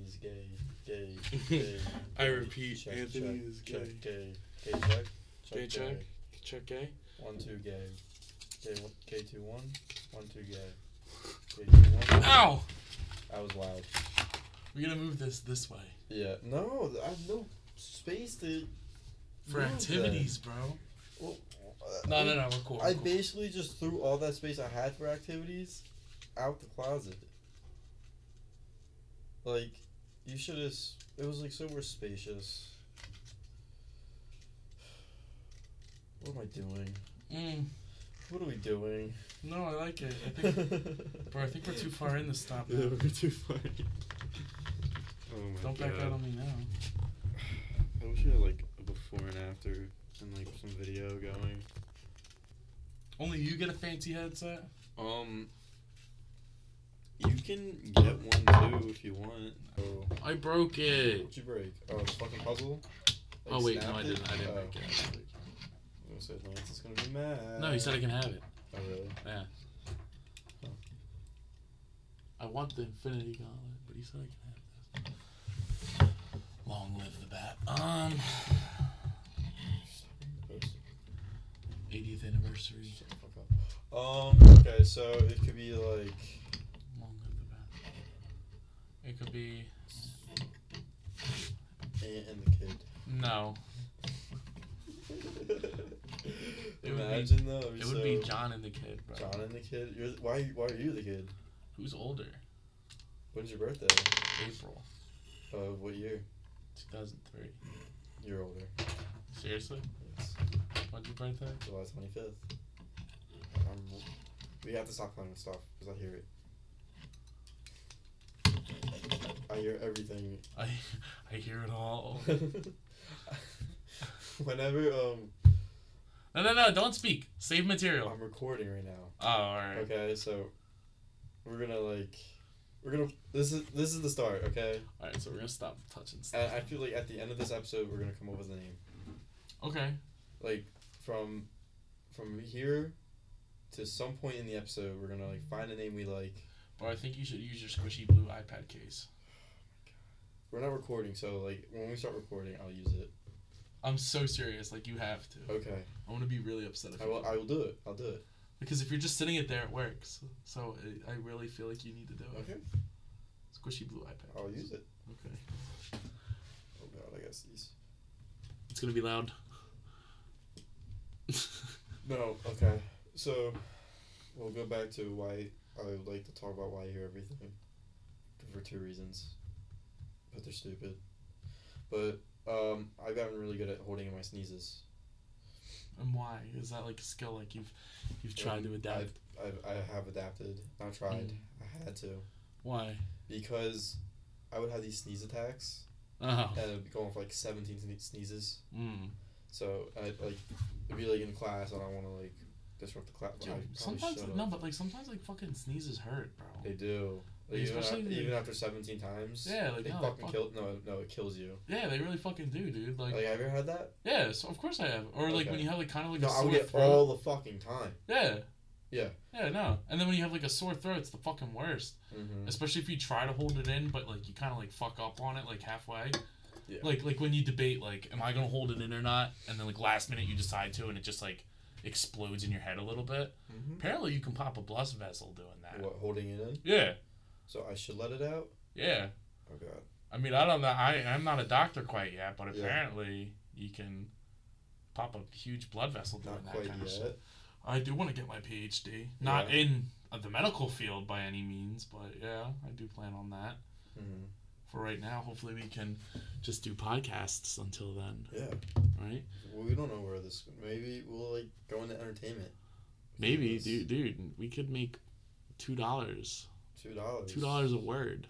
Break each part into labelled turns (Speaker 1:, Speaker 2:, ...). Speaker 1: gay, gay.
Speaker 2: I repeat,
Speaker 1: Check,
Speaker 2: Anthony
Speaker 1: check,
Speaker 2: is
Speaker 1: check,
Speaker 2: gay.
Speaker 1: gay. Gay check.
Speaker 2: Gay check.
Speaker 1: gay.
Speaker 2: Check gay.
Speaker 1: One two gay. Gay one gay two one. One two gay. Gay two one.
Speaker 2: Ow!
Speaker 1: That was loud.
Speaker 2: We're gonna move this this way
Speaker 1: Yeah. No, th- I have no space to
Speaker 2: for
Speaker 1: move that.
Speaker 2: activities, bro.
Speaker 1: Well, uh,
Speaker 2: No, no, no. We're cool.
Speaker 1: I
Speaker 2: we're cool.
Speaker 1: basically just threw all that space I had for activities out the closet. Like, you should have. It was like somewhere spacious. What am I doing?
Speaker 2: Mm,
Speaker 1: What are we doing?
Speaker 2: no, I like it. I think, bro, I think we're too far in to stop now.
Speaker 3: we're too far. oh my
Speaker 2: Don't
Speaker 3: god.
Speaker 2: back out on me now.
Speaker 3: I wish we had like a before and after and like some video going.
Speaker 2: Only you get a fancy headset.
Speaker 3: Um, you can get one too if you want.
Speaker 1: Oh,
Speaker 4: I broke it.
Speaker 1: what'd you break? Oh, the fucking puzzle? Like,
Speaker 4: Oh wait, no,
Speaker 1: snapped
Speaker 4: I didn't. I didn't
Speaker 1: oh.
Speaker 4: break it.
Speaker 1: I was gonna say, Lance is gonna be mad.
Speaker 4: No, he said I can have it.
Speaker 1: Oh, really?
Speaker 4: I want the Infinity Gauntlet, but he said I can have this. Long live the bat. Um, 80th anniversary.
Speaker 1: Shut the fuck up. Um, okay, so it could be like.
Speaker 4: Long live the bat.
Speaker 2: It could be
Speaker 1: Ant and the kid.
Speaker 2: no. would be-
Speaker 1: Imagine though. it'd
Speaker 2: It would be
Speaker 1: so-
Speaker 2: John and the kid, bro.
Speaker 1: John and the kid. You're, why? Why are you the kid?
Speaker 2: Who's older?
Speaker 1: When's your birthday?
Speaker 2: April
Speaker 1: Uh, what year?
Speaker 2: 2003.
Speaker 1: You're older.
Speaker 2: Seriously?
Speaker 1: Yes.
Speaker 2: When's your birthday?
Speaker 1: July twenty fifth. Um, we have to stop playing with stuff because I hear it. I hear everything.
Speaker 2: I I hear it all.
Speaker 1: Whenever um
Speaker 2: No, no, no! Don't speak. Save material.
Speaker 1: I'm recording right now.
Speaker 2: Oh, all right.
Speaker 1: Okay, so we're gonna like we're gonna this is this is the start. Okay.
Speaker 2: All right. So we're gonna stop touching
Speaker 1: Uh, I,
Speaker 2: stuff.
Speaker 1: I feel like at the end of this episode, we're gonna come up with a name.
Speaker 2: okay.
Speaker 1: Like from from here to some point in the episode, we're gonna like find a name we like.
Speaker 2: Bro, I think you should use your squishy blue iPad case.
Speaker 1: We're not recording, so like when we start recording, I'll use it.
Speaker 2: I'm so serious. Like you have to.
Speaker 1: Okay,
Speaker 2: I want to be really upset if
Speaker 1: I
Speaker 2: you
Speaker 1: will.
Speaker 2: don't.
Speaker 1: I will do it. I'll do it.
Speaker 2: because if you're just sitting it there, it works. So I I really feel like you need to do it.
Speaker 1: Okay,
Speaker 2: Squishy blue iPad.
Speaker 1: I'll
Speaker 2: case.
Speaker 1: use it.
Speaker 2: Okay.
Speaker 1: Oh god, I guess these.
Speaker 4: It's gonna be loud.
Speaker 1: No. Okay. So we'll go back to why I would like to talk about why I hear everything for two reasons, but they're stupid. But um, I've gotten really good at holding in my sneezes.
Speaker 2: And why is that like a skill? Like you've you've tried to
Speaker 1: Um,
Speaker 2: adapt.
Speaker 1: I've, I have adapted. Not tried. I had to
Speaker 2: Why?
Speaker 1: because I would have these sneeze attacks
Speaker 2: Oh.
Speaker 1: and I'd be going for like seventeen sne- sneezes.
Speaker 2: Mm.
Speaker 1: So I'd like it'd be like in class and I want to like disrupt the class.
Speaker 2: Dude, sometimes no, but like sometimes like fucking sneezes hurt, bro.
Speaker 1: they do. Like,
Speaker 2: Like,
Speaker 1: even,
Speaker 2: especially
Speaker 1: after,
Speaker 2: the-
Speaker 1: even after seventeen times.
Speaker 2: Yeah, like,
Speaker 1: they
Speaker 2: no,
Speaker 1: fucking
Speaker 2: fuck-
Speaker 1: kill. No, no, it kills you.
Speaker 2: Yeah, they really fucking do, dude. Like,
Speaker 1: Like, have you ever had that?
Speaker 2: yeah, so of course I have. Or like when
Speaker 1: Okay.
Speaker 2: you have like kind of like
Speaker 1: no,
Speaker 2: a
Speaker 1: I
Speaker 2: sore
Speaker 1: would get
Speaker 2: throat.
Speaker 1: all the fucking time.
Speaker 2: Yeah.
Speaker 1: Yeah.
Speaker 2: Yeah, no. And then when you have like a sore throat, it's the fucking worst.
Speaker 1: Mm-hmm.
Speaker 2: Especially if you try to hold it in, but like you kind of like fuck up on it like halfway.
Speaker 1: Yeah.
Speaker 2: Like like when you debate like, am I gonna hold it in or not? And then like last minute
Speaker 1: Mm-hmm.
Speaker 2: you decide to, and it just like explodes in your head a little bit.
Speaker 1: Mm-hmm.
Speaker 2: Apparently you can pop a blood vessel doing that.
Speaker 1: What holding it in?
Speaker 2: Yeah.
Speaker 1: So I should let it out.
Speaker 2: Yeah.
Speaker 1: Oh god.
Speaker 2: I mean, I don't know. I I'm not a doctor quite yet, but
Speaker 1: Yeah.
Speaker 2: apparently you can pop a huge blood vessel doing
Speaker 1: Not
Speaker 2: that
Speaker 1: quite
Speaker 2: kind of
Speaker 1: yet.
Speaker 2: shit. I do want to get my PhD, not
Speaker 1: Yeah.
Speaker 2: in uh, the medical field by any means, but yeah, I do plan on that.
Speaker 1: Mm-hmm.
Speaker 2: For right now, hopefully we can just do podcasts until then,
Speaker 1: Yeah.
Speaker 2: right?
Speaker 1: Well, we don't know where this. Maybe we'll like go into entertainment.
Speaker 4: Maybe,
Speaker 1: Yes.
Speaker 4: dude, dude, we could make two dollars,
Speaker 1: Two dollars.
Speaker 4: two dollars a word.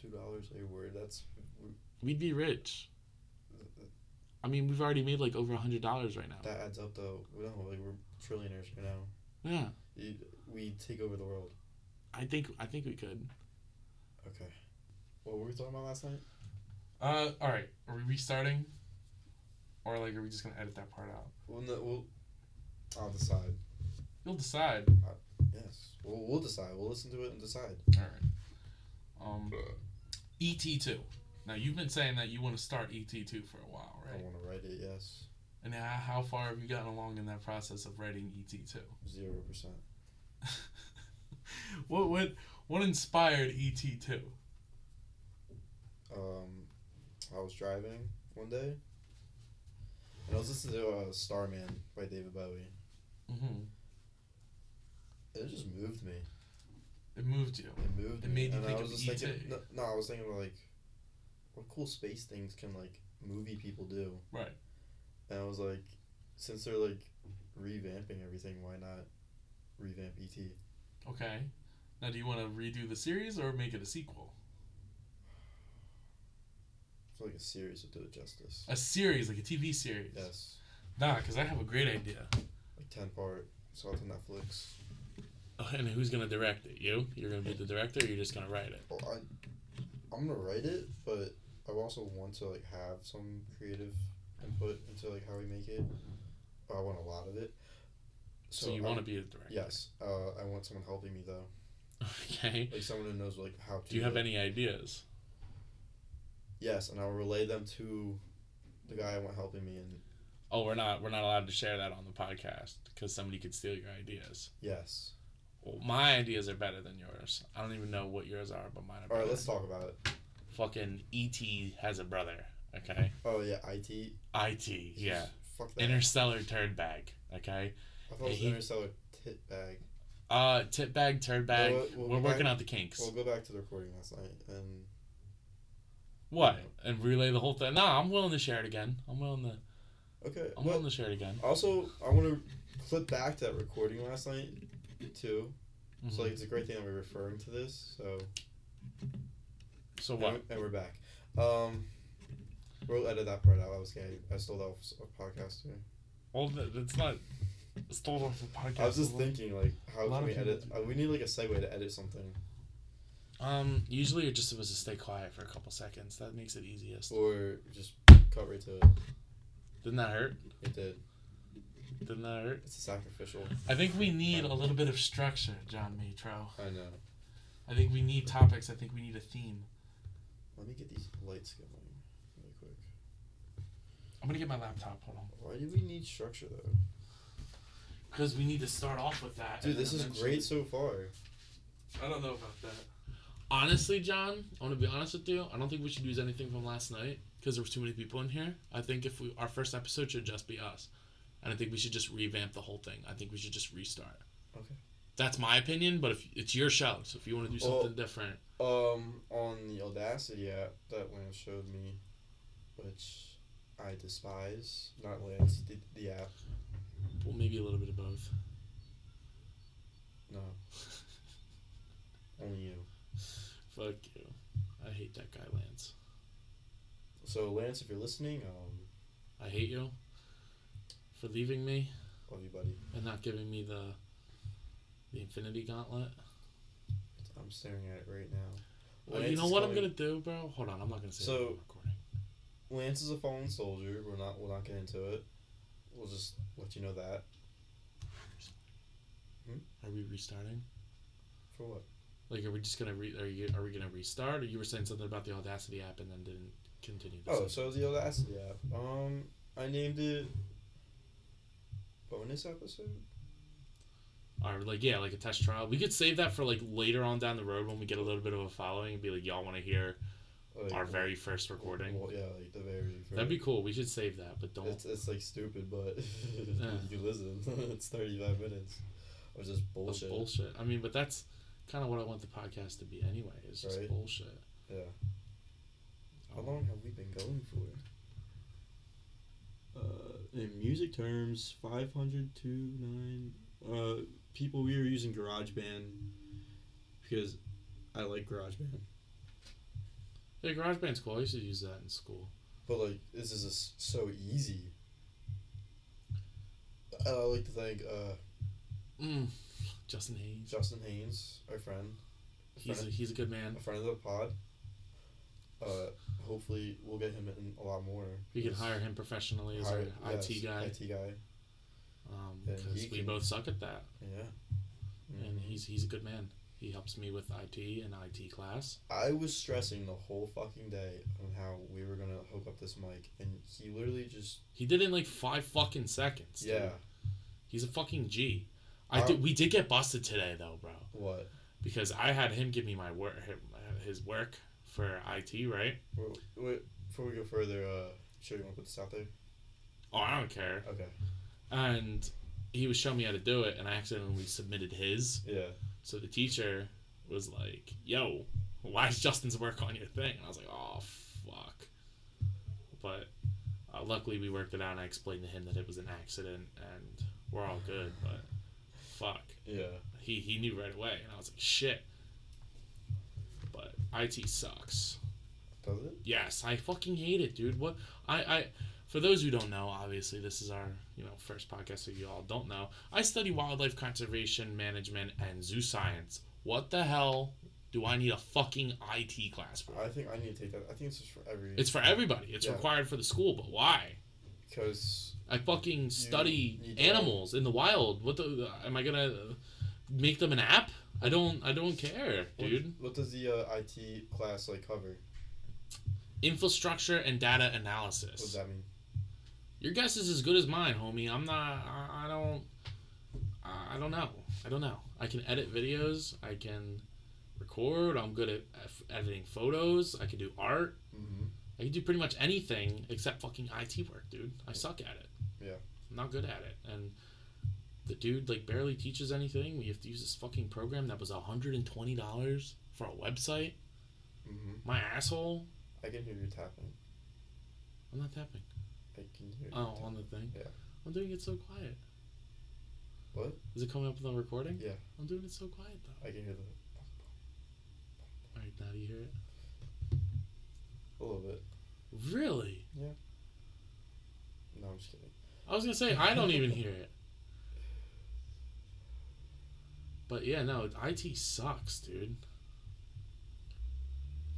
Speaker 1: Two dollars a word. That's
Speaker 4: We'd be rich. I mean, we've already made like over a hundred dollars right now.
Speaker 1: that adds up though. We don't like we're trillionaires right now.
Speaker 4: Yeah,
Speaker 1: You, we take over the world.
Speaker 4: I think I think we could.
Speaker 1: Okay. What were we talking about last night?
Speaker 2: Uh, all right, are we restarting, or like are we just gonna edit that part out?
Speaker 1: Well, no, we'll. I'll decide.
Speaker 2: You'll decide.
Speaker 1: Yes. We'll, we'll decide. We'll listen to it and decide.
Speaker 2: All right. Um, ET two. Now you've been saying that you want to start ET two for a while,
Speaker 1: I
Speaker 2: right?
Speaker 1: want to write it. Yes,
Speaker 2: And now, how far have you gotten along in that process of writing ET two?
Speaker 1: zero percent.
Speaker 2: what what what inspired ET two?
Speaker 1: Um, I was driving one day, and I was listening to uh, "Starman" by David Bowie.
Speaker 2: Mm-hmm.
Speaker 1: It just moved me.
Speaker 2: It moved you.
Speaker 1: It moved.
Speaker 2: It
Speaker 1: me,
Speaker 2: made you
Speaker 1: and
Speaker 2: think
Speaker 1: I was
Speaker 2: of E
Speaker 1: just thinking.
Speaker 2: E.T..
Speaker 1: No, no, I was thinking about like, what cool space things can like movie people do?
Speaker 2: Right.
Speaker 1: And I was like, since they're like revamping everything, why not revamp E ET?
Speaker 2: Okay. Now, do you want to redo the series or make it a sequel?
Speaker 1: I feel like a series would do it justice.
Speaker 2: A series, like a TV series.
Speaker 1: Yes,
Speaker 2: Nah, because I have a great idea.
Speaker 1: like ten part. Saw it on Netflix.
Speaker 2: Oh, and who's gonna direct it? You? You're gonna be the director. Or you're just gonna write it.
Speaker 1: Well, I, I'm gonna write it, but I also want to like have some creative input into like how we make it. I want a lot of it.
Speaker 2: So, you
Speaker 1: I-
Speaker 2: want to be the director?
Speaker 1: Yes, uh, I want someone helping me though,
Speaker 2: Okay.
Speaker 1: like someone who knows like how to.
Speaker 2: Do you have
Speaker 1: it.
Speaker 2: any ideas?
Speaker 1: Yes, and I'll relay them to the guy I want helping me. And
Speaker 2: Oh, we're not we're not allowed to share that on the podcast because somebody could steal your ideas.
Speaker 1: yes,
Speaker 2: Well, my ideas are better than yours. I don't even know what yours are, but mine are
Speaker 1: all
Speaker 2: better.
Speaker 1: right, let's talk about it.
Speaker 2: Fucking ET has a brother. Okay.
Speaker 1: Oh yeah, it.
Speaker 2: IT. Yeah.
Speaker 1: Fuck that.
Speaker 2: Interstellar turd bag. Okay.
Speaker 1: I thought it was
Speaker 2: he-
Speaker 1: interstellar tit bag.
Speaker 2: Uh, tit bag, turd bag.
Speaker 1: what- what-
Speaker 2: we're
Speaker 1: what-
Speaker 2: working out the kinks.
Speaker 1: We'll go back to the recording last night and
Speaker 2: What? And relay the whole thing? Nah, I'm willing to share it again. I'm willing to.
Speaker 1: okay.
Speaker 2: I'm
Speaker 1: what-
Speaker 2: willing to share it again.
Speaker 1: Also, I want to flip back to that recording last night, too.
Speaker 2: Mhm.
Speaker 1: uh, So like, it's a great thing that we're referring to this. So
Speaker 2: Mm-hmm. so
Speaker 1: and
Speaker 2: what?
Speaker 1: we're- and we're back. Um, we'll edit that part out. I was gonna, I stole that off s- a podcast. Too.
Speaker 2: Well, th- that's not stole off a podcast.
Speaker 1: I was just thinking like, how
Speaker 2: lot
Speaker 1: can
Speaker 2: of
Speaker 1: we
Speaker 2: people
Speaker 1: edit? Uh, we need like a segue to edit something,
Speaker 2: Um, usually you're just supposed to stay quiet for a couple seconds. That makes it easiest.
Speaker 1: or just cut right to it.
Speaker 2: Didn't that hurt?
Speaker 1: It did.
Speaker 2: Didn't that hurt?
Speaker 1: It's a sacrificial.
Speaker 2: I think we need a little bit of structure, John Matro.
Speaker 1: I know.
Speaker 2: I think we need topics. I think we need a theme.
Speaker 1: Let me get these lights going really quick.
Speaker 2: I'm gonna get my laptop. Hold on.
Speaker 1: Why do we need structure though?
Speaker 2: Because we need to start off with that.
Speaker 1: Dude,
Speaker 2: and
Speaker 1: this
Speaker 2: then
Speaker 1: is
Speaker 2: eventually-
Speaker 1: great so far.
Speaker 2: I don't know about that. Honestly, John, I want to be honest with you. I don't think we should use anything from last night because there was too many people in here. I think if we our first episode should just be us, and I think we should just revamp the whole thing. I think we should just restart.
Speaker 1: Okay.
Speaker 2: That's my opinion, but if it's your show, so if you want to do
Speaker 1: Well-
Speaker 2: something different,
Speaker 1: um on the Audacity app that Lance showed me, which I despise. Not Lance, the, the app.
Speaker 2: well, maybe a little bit of both.
Speaker 1: No. Only you.
Speaker 2: Fuck you. I hate that guy, Lance.
Speaker 1: So Lance, if you're listening, um,
Speaker 2: I hate you for leaving me
Speaker 1: love you, buddy.
Speaker 2: and not giving me the the Infinity Gauntlet.
Speaker 1: I'm staring at it right now.
Speaker 2: Well,
Speaker 1: Lance
Speaker 2: you know
Speaker 1: is
Speaker 2: what I'm
Speaker 1: coming-
Speaker 2: gonna do, bro? Hold on, I'm not gonna say.
Speaker 1: So-
Speaker 2: that on recording.
Speaker 1: Lance is a fallen soldier. We're not. We'll not get into it. We'll just let you know that.
Speaker 2: Are we restarting?
Speaker 1: For what?
Speaker 2: Like, are we just gonna re? Are you? Are we gonna restart? Or you were saying something about the Audacity app and then didn't continue? the
Speaker 1: Oh,
Speaker 2: sentence.
Speaker 1: so the Audacity app. Um, I named it. Bonus episode.
Speaker 2: Or like, yeah, like a test trial. We could save that for like later on down the road when we get a little bit of a following and be like, y'all want to hear
Speaker 1: Like,
Speaker 2: our very first recording?
Speaker 1: Well, yeah, like the very.
Speaker 2: That'd be cool. We should save that, but don't.
Speaker 1: It's, it's like stupid, but
Speaker 2: Yeah.
Speaker 1: you listen. it's thirty five minutes of just
Speaker 2: that's
Speaker 1: bullshit.
Speaker 2: bullshit. I mean, but that's kind of what I want the podcast to be anyway. It's just
Speaker 1: Right.
Speaker 2: bullshit.
Speaker 1: Yeah. How
Speaker 2: Um,
Speaker 1: long have we been going for? Uh, in music terms, five hundred two nine. Uh, people we were using GarageBand because I like GarageBand.
Speaker 2: Yeah, GarageBand's cool. I used to use that in school.
Speaker 1: But like, this is just so easy. I like to thank uh,
Speaker 2: Mm. Justin Hayes.
Speaker 1: Justin Haynes, our friend. a
Speaker 2: He's a,
Speaker 1: friend-
Speaker 2: he's a good man.
Speaker 1: a friend of the pod. Uh, hopefully we'll get him in a lot more.
Speaker 2: We can hire him professionally as
Speaker 1: Hire-
Speaker 2: our
Speaker 1: yes,
Speaker 2: IT guy.
Speaker 1: IT guy.
Speaker 2: Um,
Speaker 1: Then
Speaker 2: 'cause
Speaker 1: he
Speaker 2: we
Speaker 1: can- Mm-hmm.
Speaker 2: both suck at that,
Speaker 1: Yeah.
Speaker 2: and he's he's a good man. He helps me with IT and IT class.
Speaker 1: I was stressing the whole fucking day on how we were gonna hook up this mic, and he literally just
Speaker 2: He did it in like five fucking seconds. dude.
Speaker 1: yeah.
Speaker 2: He's a fucking G. I
Speaker 1: Our-
Speaker 2: did, we did get busted today though, bro,
Speaker 1: What?
Speaker 2: because I had him give me my work his work for IT, right?
Speaker 1: Wait, wait, before we go further, uh, sure you want to put this out there?
Speaker 2: Oh, I don't care.
Speaker 1: Okay.
Speaker 2: And he was showing me how to do it, and I accidentally submitted his.
Speaker 1: Yeah.
Speaker 2: So the teacher was like, "Yo, why's Justin's work on your thing?" And I was like, "Oh fuck." But uh, luckily we worked it out, and I explained to him that it was an accident, and we're all good. But fuck,
Speaker 1: Yeah.
Speaker 2: he he knew right away, and I was like, "Shit." But IT sucks.
Speaker 1: Does it?
Speaker 2: Yes, I fucking hate it, dude. What I I for those who don't know, obviously this is our you know first podcast, so you all don't know. I study wildlife conservation management and zoo science. What the hell do I need a fucking IT class for?
Speaker 1: I think I need to take that. I think it's just for every.
Speaker 2: It's for everybody. It's
Speaker 1: Yeah.
Speaker 2: required for the school, but why?
Speaker 1: because
Speaker 2: I fucking study
Speaker 1: need to-
Speaker 2: animals in the wild. What the am I gonna make them an app? I don't. I don't care, dude.
Speaker 1: What, what does the uh, IT class like cover?
Speaker 2: Infrastructure and data
Speaker 1: What does
Speaker 2: analysis.
Speaker 1: that mean?
Speaker 2: Your guess is as good as mine, homie. I'm not. I, I don't. I I don't know. I don't know. I can edit videos. I can record. I'm good at f- editing photos. I can do art.
Speaker 1: Mm-hmm.
Speaker 2: I can do pretty much anything except fucking IT work, dude. I suck at it.
Speaker 1: Yeah.
Speaker 2: I'm not good at it. And the dude like barely teaches anything. We have to use this fucking program that was $120 for a website.
Speaker 1: Mm-hmm.
Speaker 2: My asshole.
Speaker 1: I can hear you tapping.
Speaker 2: I'm not tapping.
Speaker 1: I can hear.
Speaker 2: Oh,
Speaker 1: you
Speaker 2: on the thing.
Speaker 1: Yeah.
Speaker 2: I'm doing it so quiet.
Speaker 1: What?
Speaker 2: Is it coming up on the recording?
Speaker 1: Yeah.
Speaker 2: I'm doing it so quiet though.
Speaker 1: tap- I can hear that
Speaker 2: All right, now do you hear it?
Speaker 1: a little bit.
Speaker 2: Really?
Speaker 1: No, I'm just kidding.
Speaker 2: I was gonna say I don't even hear it. But yeah, no, IT sucks, dude.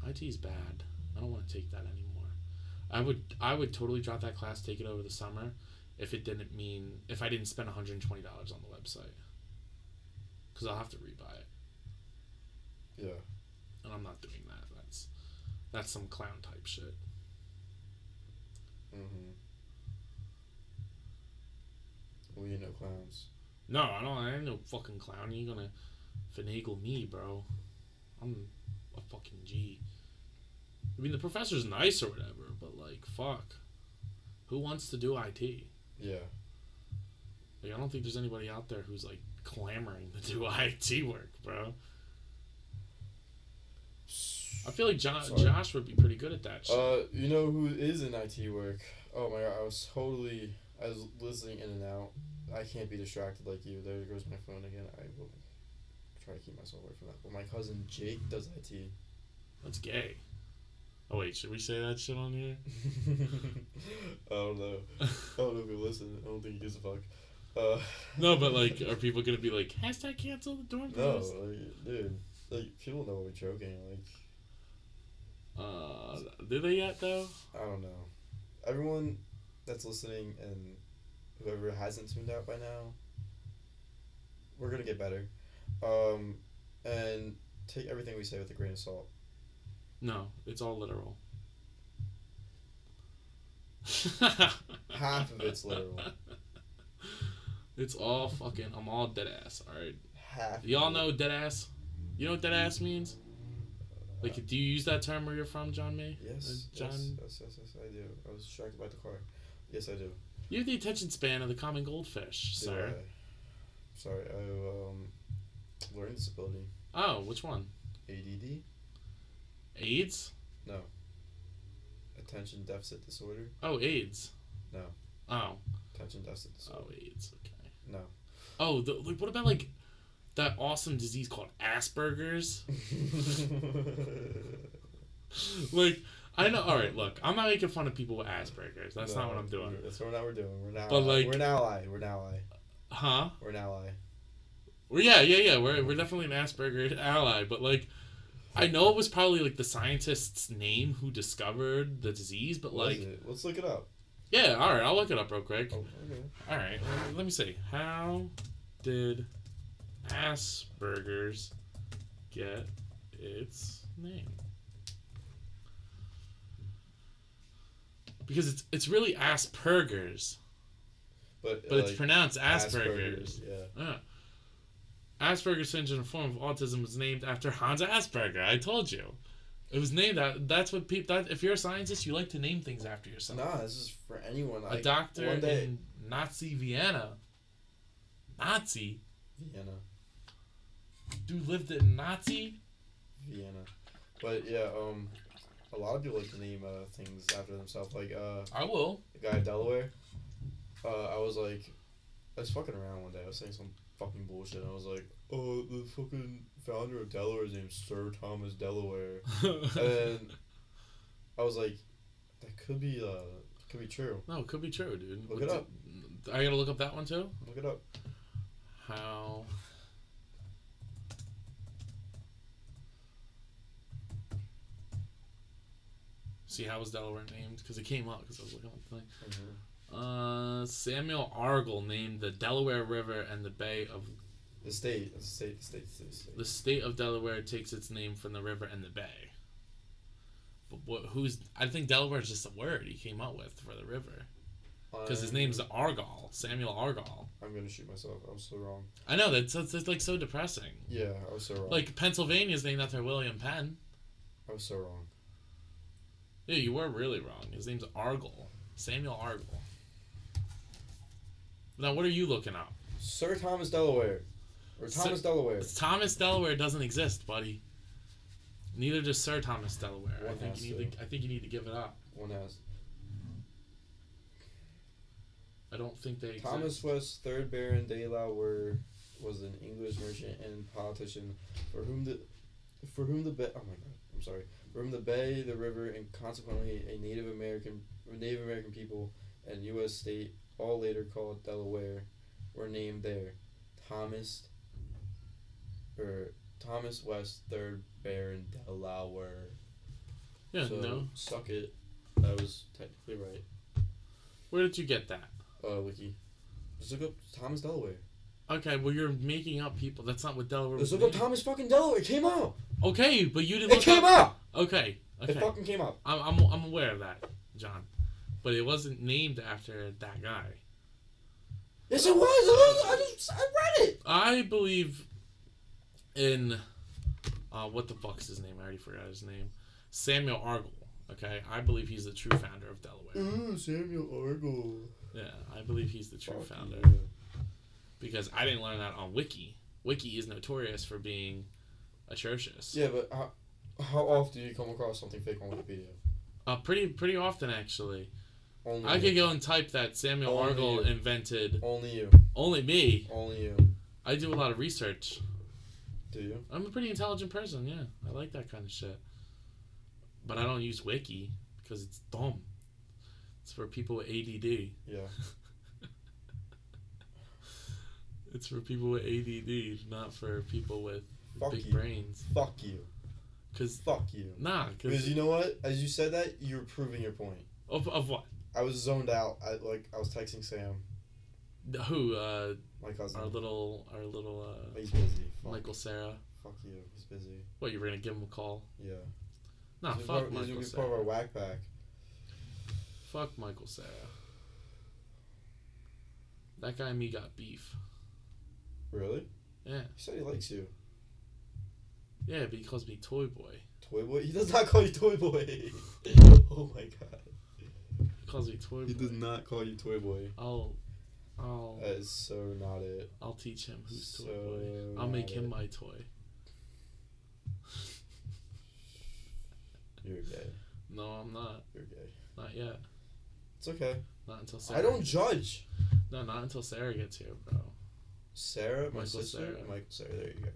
Speaker 2: IT's bad. I don't want to take that anymore. I would I would totally drop that class, take it over the summer, if it didn't mean if I didn't spend one hundred and twenty dollars on the website. Cause I'll have to rebuy it,
Speaker 1: Yeah.
Speaker 2: and I'm not doing that. That's that's some clown type shit.
Speaker 1: Mm-hmm. We ain't no clowns.
Speaker 2: No, I don't. I ain't no fucking clown. You gonna finagle me, bro? I'm a fucking G. I mean, the professor's nice or whatever, but like, fuck. Who wants to do IT? Like,
Speaker 1: Yeah.
Speaker 2: I don't think there's anybody out there who's like clamoring to do IT work, bro. I feel like jo-
Speaker 1: Sorry.
Speaker 2: Josh would be pretty good at that. Shit.
Speaker 1: Uh, you know who is in IT work? Oh my god, I was totally, I was listening in and out. I can't be distracted like you. There goes my phone again. I will try to keep myself away from that. But my cousin Jake does IT.
Speaker 2: That's gay. Oh wait, should we say that shit on here?
Speaker 1: I don't know. I don't know if he'll listen. I don't think he gives a fuck. Uh,
Speaker 2: no, but like, are people gonna be like hashtag cancel the dorm
Speaker 1: no,
Speaker 2: post?
Speaker 1: like, dude, like people know we're joking. Like,
Speaker 2: Uh, do they yet though?
Speaker 1: I don't know. Everyone that's listening and whoever hasn't tuned out by now, we're gonna get better. Um, and take everything we say with a grain of salt.
Speaker 2: No, it's all literal.
Speaker 1: Half of it's literal.
Speaker 2: It's all fucking. I'm all dead ass. All right,
Speaker 1: Half.
Speaker 2: y'all
Speaker 1: of it-
Speaker 2: know dead ass. You know what dead ass means? Like, do you use that term where you're from, John May?
Speaker 1: Yes,
Speaker 2: Uh, John,
Speaker 1: yes, yes, yes, yes, I do. I was distracted by the car. Yes, I do.
Speaker 2: you have the attention span of the common goldfish,
Speaker 1: Do
Speaker 2: sir.
Speaker 1: I- sorry, I um, learning disability.
Speaker 2: Oh, which one?
Speaker 1: ADD.
Speaker 2: AIDS?
Speaker 1: No. Attention deficit disorder.
Speaker 2: Oh, AIDS.
Speaker 1: No.
Speaker 2: Oh.
Speaker 1: Attention deficit disorder.
Speaker 2: Oh, AIDS. Okay.
Speaker 1: No.
Speaker 2: Oh, the, like, what about like that awesome disease called Asperger's? Oh. like, I know. All right, look, I'm not making fun of people with Asperger's. That's not what I'm doing.
Speaker 1: That's what we're doing. We're now.
Speaker 2: But, like-
Speaker 1: we're now lie. We're now lie.
Speaker 2: Huh?
Speaker 1: We're now lie.
Speaker 2: Well, yeah, yeah, yeah. We're, we're definitely an Asperger ally, but like, I know it was probably like the scientist's name who discovered the disease, but
Speaker 1: What
Speaker 2: like,
Speaker 1: is it? let's look it up.
Speaker 2: yeah, all right, I'll look it up real quick.
Speaker 1: Oh, okay.
Speaker 2: All right, let- let me see. How did Asperger's get its name. Because it's it's really Asperger's,
Speaker 1: But,
Speaker 2: but it's
Speaker 1: like,
Speaker 2: pronounced
Speaker 1: Asperger's.
Speaker 2: Asperger's.
Speaker 1: Yeah.
Speaker 2: Yeah. Asperger's syndrome, a form of autism, was named after Hans Asperger. I told you, it was named that. That's what people. That if you're a scientist, you like to name things after yourself.
Speaker 1: Nah, this is for anyone.
Speaker 2: a
Speaker 1: Like,
Speaker 2: doctor
Speaker 1: one day-
Speaker 2: in Nazi Vienna. Nazi,
Speaker 1: Vienna.
Speaker 2: dude lived in Nazi.
Speaker 1: Vienna. But yeah, um, a lot of people like to name uh, things after themselves. Like uh,
Speaker 2: I will.
Speaker 1: the guy in Delaware. Uh, I was like, I was fucking around one day. I was saying some fucking bullshit. And I was like, oh, the fucking founder of Delaware is named Sir Thomas Delaware. and I was like, that could be uh, could be true.
Speaker 2: No, it could be true, dude.
Speaker 1: Look it up.
Speaker 2: I gotta look up that one too.
Speaker 1: Look it up.
Speaker 2: How See how was Delaware named? Because it came up because I was looking up the thing. Uh, Samuel Argall named the Delaware River and the Bay of
Speaker 1: The state, the state, the state, the state. The state.
Speaker 2: the state of Delaware takes its name from the river and the bay. But what? Who's? I think Delaware is just a word he came up with for the river because his
Speaker 1: I'm-
Speaker 2: name's Argall, Samuel Argall.
Speaker 1: I'm gonna shoot myself. I'm so wrong.
Speaker 2: I know that's, that's, that's like so depressing.
Speaker 1: Yeah, I was so wrong.
Speaker 2: Like Pennsylvania's named after William Penn.
Speaker 1: I was so wrong.
Speaker 2: Yeah, you were really wrong. His name's Argall, Samuel Argall. Now, what are you looking up?
Speaker 1: Sir Thomas Delaware, or
Speaker 2: Sir-
Speaker 1: Thomas Delaware.
Speaker 2: It's Thomas Delaware doesn't exist, buddy. Neither does Sir Thomas Delaware. I
Speaker 1: One
Speaker 2: think
Speaker 1: has
Speaker 2: you need to. I think you need to give it up.
Speaker 1: One has
Speaker 2: I don't think they exist.
Speaker 1: Thomas West, third Baron de la Were, was an English merchant and politician for whom the for whom the bay oh my god I'm sorry for whom the bay the river and consequently a Native American Native American people and U.S. state all later called Delaware were named there Thomas or Thomas West third Baron Delaware
Speaker 2: Yeah,
Speaker 1: so
Speaker 2: no.
Speaker 1: suck it that was technically right
Speaker 2: Where did you get that?
Speaker 1: uh wiki just look up Thomas Delaware.
Speaker 2: Okay, well you're making up people. That's not what Delaware
Speaker 1: Let's
Speaker 2: was.
Speaker 1: look up
Speaker 2: named.
Speaker 1: Thomas fucking Delaware. It came out.
Speaker 2: okay, but you didn't.
Speaker 1: It
Speaker 2: look
Speaker 1: came
Speaker 2: up.
Speaker 1: out.
Speaker 2: Okay, okay.
Speaker 1: It fucking came out.
Speaker 2: I'm, I'm I'm aware of that, John, but it wasn't named after that guy.
Speaker 1: Yes, it was. I just I read it.
Speaker 2: I believe in uh, what the fuck's his name? I already forgot his name. Samuel Argall. Okay, I believe he's the true founder of Delaware.
Speaker 1: Ooh, Samuel Argall.
Speaker 2: Yeah, I believe he's the true founder because I didn't learn that on Wiki. Wiki is notorious for being atrocious.
Speaker 1: Yeah, but how, how often do you come across something fake on Wikipedia?
Speaker 2: Uh, pretty pretty often actually.
Speaker 1: Only
Speaker 2: I
Speaker 1: you.
Speaker 2: could go and type that Samuel
Speaker 1: Only
Speaker 2: Argall
Speaker 1: Oh, you.
Speaker 2: invented
Speaker 1: Only you.
Speaker 2: only me.
Speaker 1: Only you.
Speaker 2: I do a lot of research.
Speaker 1: Do you?
Speaker 2: I'm a pretty intelligent person, yeah. I like that kind of shit. But I don't use wiki because it's dumb. It's for people with ADD.
Speaker 1: Yeah.
Speaker 2: It's for people with ADD, not for people with
Speaker 1: Fuck
Speaker 2: big
Speaker 1: you.
Speaker 2: brains.
Speaker 1: Fuck you.
Speaker 2: Cause
Speaker 1: Fuck you.
Speaker 2: nah,
Speaker 1: Because
Speaker 2: cause
Speaker 1: you know what? As you said that, you were proving your point.
Speaker 2: of, of what?
Speaker 1: I was zoned out. I like I was texting Sam,
Speaker 2: Who? Uh,
Speaker 1: my cousin.
Speaker 2: our little, our little uh,
Speaker 1: He's busy. Fuck,
Speaker 2: Michael Sarah.
Speaker 1: fuck you. He's busy.
Speaker 2: What you were gonna give him a call?
Speaker 1: Yeah.
Speaker 2: Nah,
Speaker 1: he's
Speaker 2: Ah,
Speaker 1: gonna
Speaker 2: fuck
Speaker 1: be part, he's
Speaker 2: Michael
Speaker 1: gonna be part of our
Speaker 2: Sarah.
Speaker 1: whack pack.
Speaker 2: Fuck Michael Sarah. That guy and me got beef.
Speaker 1: Really?
Speaker 2: Yeah,
Speaker 1: He said he likes you.
Speaker 2: yeah, but he calls me Toy Boy.
Speaker 1: Toy boy? He does not call you toy boy. oh my god.
Speaker 2: He calls me Toy Boy.
Speaker 1: He does not call you toy boy.
Speaker 2: I'll, I'll,
Speaker 1: That is so not it.
Speaker 2: I'll teach him who's
Speaker 1: so
Speaker 2: toy boy. I'll make
Speaker 1: not
Speaker 2: him
Speaker 1: it.
Speaker 2: my toy.
Speaker 1: You're gay.
Speaker 2: No, I'm not.
Speaker 1: You're gay.
Speaker 2: Not yet.
Speaker 1: It's okay.
Speaker 2: Not until Sarah.
Speaker 1: I don't judge.
Speaker 2: No, not until Sarah gets here, bro.
Speaker 1: Sarah, my
Speaker 2: Michael
Speaker 1: sister.
Speaker 2: Sarah.
Speaker 1: Michael Sarah. There you go.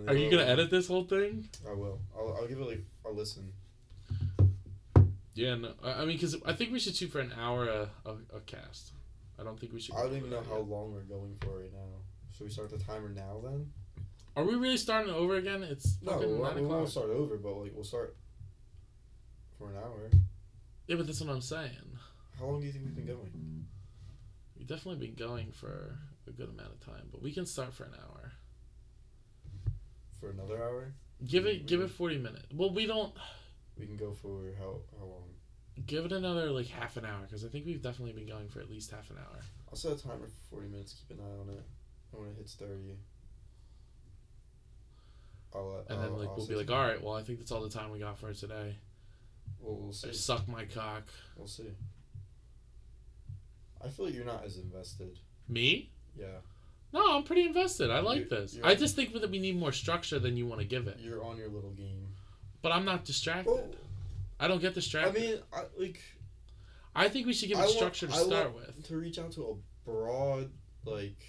Speaker 1: And
Speaker 2: Are you
Speaker 1: then
Speaker 2: gonna
Speaker 1: I'll-
Speaker 2: edit this whole thing?
Speaker 1: I will. I'll, I'll give it like a listen.
Speaker 2: Yeah, no. I I mean, cause I think we should shoot for an hour a, a, a cast. I don't think we should.
Speaker 1: I
Speaker 2: go
Speaker 1: don't even know
Speaker 2: over
Speaker 1: how
Speaker 2: that
Speaker 1: long we're going for right now. Should we start the timer now then?
Speaker 2: yet. Are we really starting over again? It's
Speaker 1: No,
Speaker 2: fucking
Speaker 1: we
Speaker 2: nine
Speaker 1: won't, we
Speaker 2: o'clock.
Speaker 1: won't start over, but like we'll start for an hour.
Speaker 2: Yeah, but that's what I'm saying.
Speaker 1: How long do you think we've been going?
Speaker 2: We've definitely been going for a good amount of time, but we can start for an hour.
Speaker 1: for another hour.
Speaker 2: Give
Speaker 1: We-
Speaker 2: it give it forty minutes. Well, we don't
Speaker 1: We can go for how how long?
Speaker 2: give it another like half an hour because I think we've definitely been going for at least half an hour.
Speaker 1: I'll set a timer for forty minutes. Keep an eye on it. And when it hits thirty, I'll. let-
Speaker 2: And then
Speaker 1: I'll-
Speaker 2: like
Speaker 1: I'll
Speaker 2: we'll
Speaker 1: set
Speaker 2: be like,
Speaker 1: time.
Speaker 2: all right, well I think that's all the time we got for today.
Speaker 1: Well, we'll see.
Speaker 2: Suck my cock.
Speaker 1: We'll see. I feel like you're not as invested.
Speaker 2: Me?
Speaker 1: Yeah,
Speaker 2: No, I'm pretty invested. I like
Speaker 1: You-
Speaker 2: this.
Speaker 1: you're-
Speaker 2: I just think that we need more structure than you want to give it.
Speaker 1: you're on your little game.
Speaker 2: But I'm not distracted.
Speaker 1: Oh,
Speaker 2: I don't get
Speaker 1: I
Speaker 2: distracted. I,
Speaker 1: mean, I like
Speaker 2: think we should give
Speaker 1: I
Speaker 2: it
Speaker 1: want-
Speaker 2: structure
Speaker 1: I
Speaker 2: to start with.
Speaker 1: to reach out to a broad like.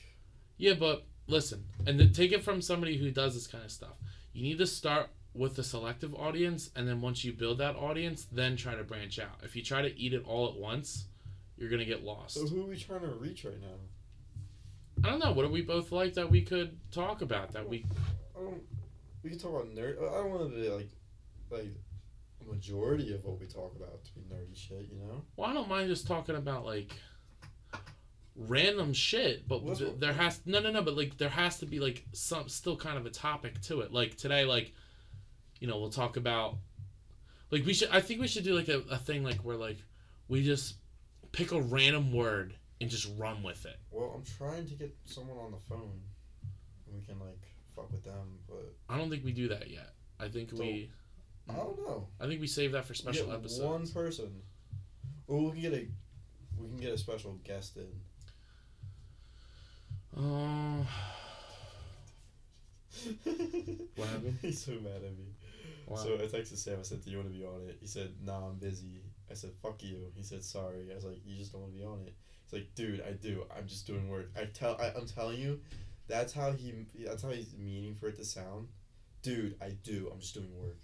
Speaker 2: Yeah, but listen, and then take it from somebody who does this kind of stuff. You need to start with a selective audience, and then once you build that audience, then try to branch out. If you try to eat it all at once, you're gonna get lost.
Speaker 1: So who are we trying to reach right now?
Speaker 2: I don't know. What do we both like that we could talk about? That we
Speaker 1: I don't. Um, We can talk about nerd. I don't want to be like, like, a majority of what we talk about to be nerdy shit. You know.
Speaker 2: well, I don't mind just talking about like random shit, but
Speaker 1: Well, that's
Speaker 2: th-
Speaker 1: what-
Speaker 2: there has no, no, no. But like there has to be like some still kind of a topic to it. Like today, like you know, we'll talk about like we should. I think we should do like a, a thing like where like we just pick a random word and just run with it.
Speaker 1: Well, I'm trying to get someone on the phone, and we can like fuck with them. But
Speaker 2: I don't think we do that yet. I think we
Speaker 1: I don't know.
Speaker 2: I think we save that for
Speaker 1: We
Speaker 2: special
Speaker 1: get
Speaker 2: episodes.
Speaker 1: One person. Well, we can get a, we can get a special guest in.
Speaker 2: Oh,
Speaker 1: what
Speaker 2: happened?
Speaker 1: He's so mad at me.
Speaker 2: wow.
Speaker 1: So I texted Sam. I said, "Do you want to be on it?" He said, "Nah, I'm busy." I said, "Fuck you." He said, "Sorry." I was like, "You just don't want to be on it." He's like, "Dude, I do. I'm just doing work. I tell. I, I'm telling you, that's how he. That's how he's meaning for it to sound. Dude, I do. I'm just doing work."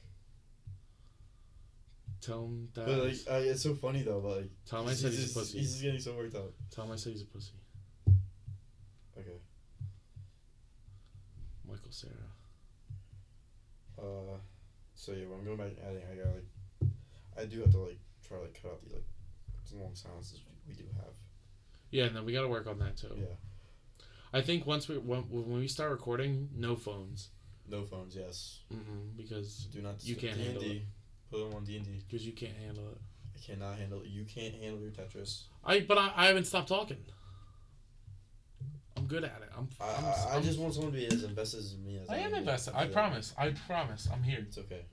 Speaker 2: tell him that.
Speaker 1: But like, uh, it's so funny though. But like,
Speaker 2: tell him I said he's a
Speaker 1: just,
Speaker 2: pussy.
Speaker 1: He's just getting so worked out.
Speaker 2: Tell him I said he's a pussy.
Speaker 1: Okay.
Speaker 2: Michael Sarah.
Speaker 1: Uh, so yeah, when I'm going back and adding, I gotta like, I do have to like try to like cut out these like long silences we do have.
Speaker 2: Yeah, and then we got to work on that too.
Speaker 1: Yeah.
Speaker 2: I think once we when, when we start recording, no phones.
Speaker 1: No phones. Yes.
Speaker 2: Mm-mm, because
Speaker 1: Do not.
Speaker 2: You
Speaker 1: disturb
Speaker 2: can't handle
Speaker 1: D&D. Put them on D and D.
Speaker 2: because you can't handle it.
Speaker 1: I cannot handle. You can't handle your Tetris.
Speaker 2: I but I, I haven't stopped talking. I'm good at it. I'm.
Speaker 1: I,
Speaker 2: I'm,
Speaker 1: I, I
Speaker 2: I'm-
Speaker 1: just want someone to be as invested as me as
Speaker 5: I am
Speaker 1: am.
Speaker 5: invested. I
Speaker 1: Yeah.
Speaker 5: promise. I promise. I'm here.
Speaker 1: It's okay.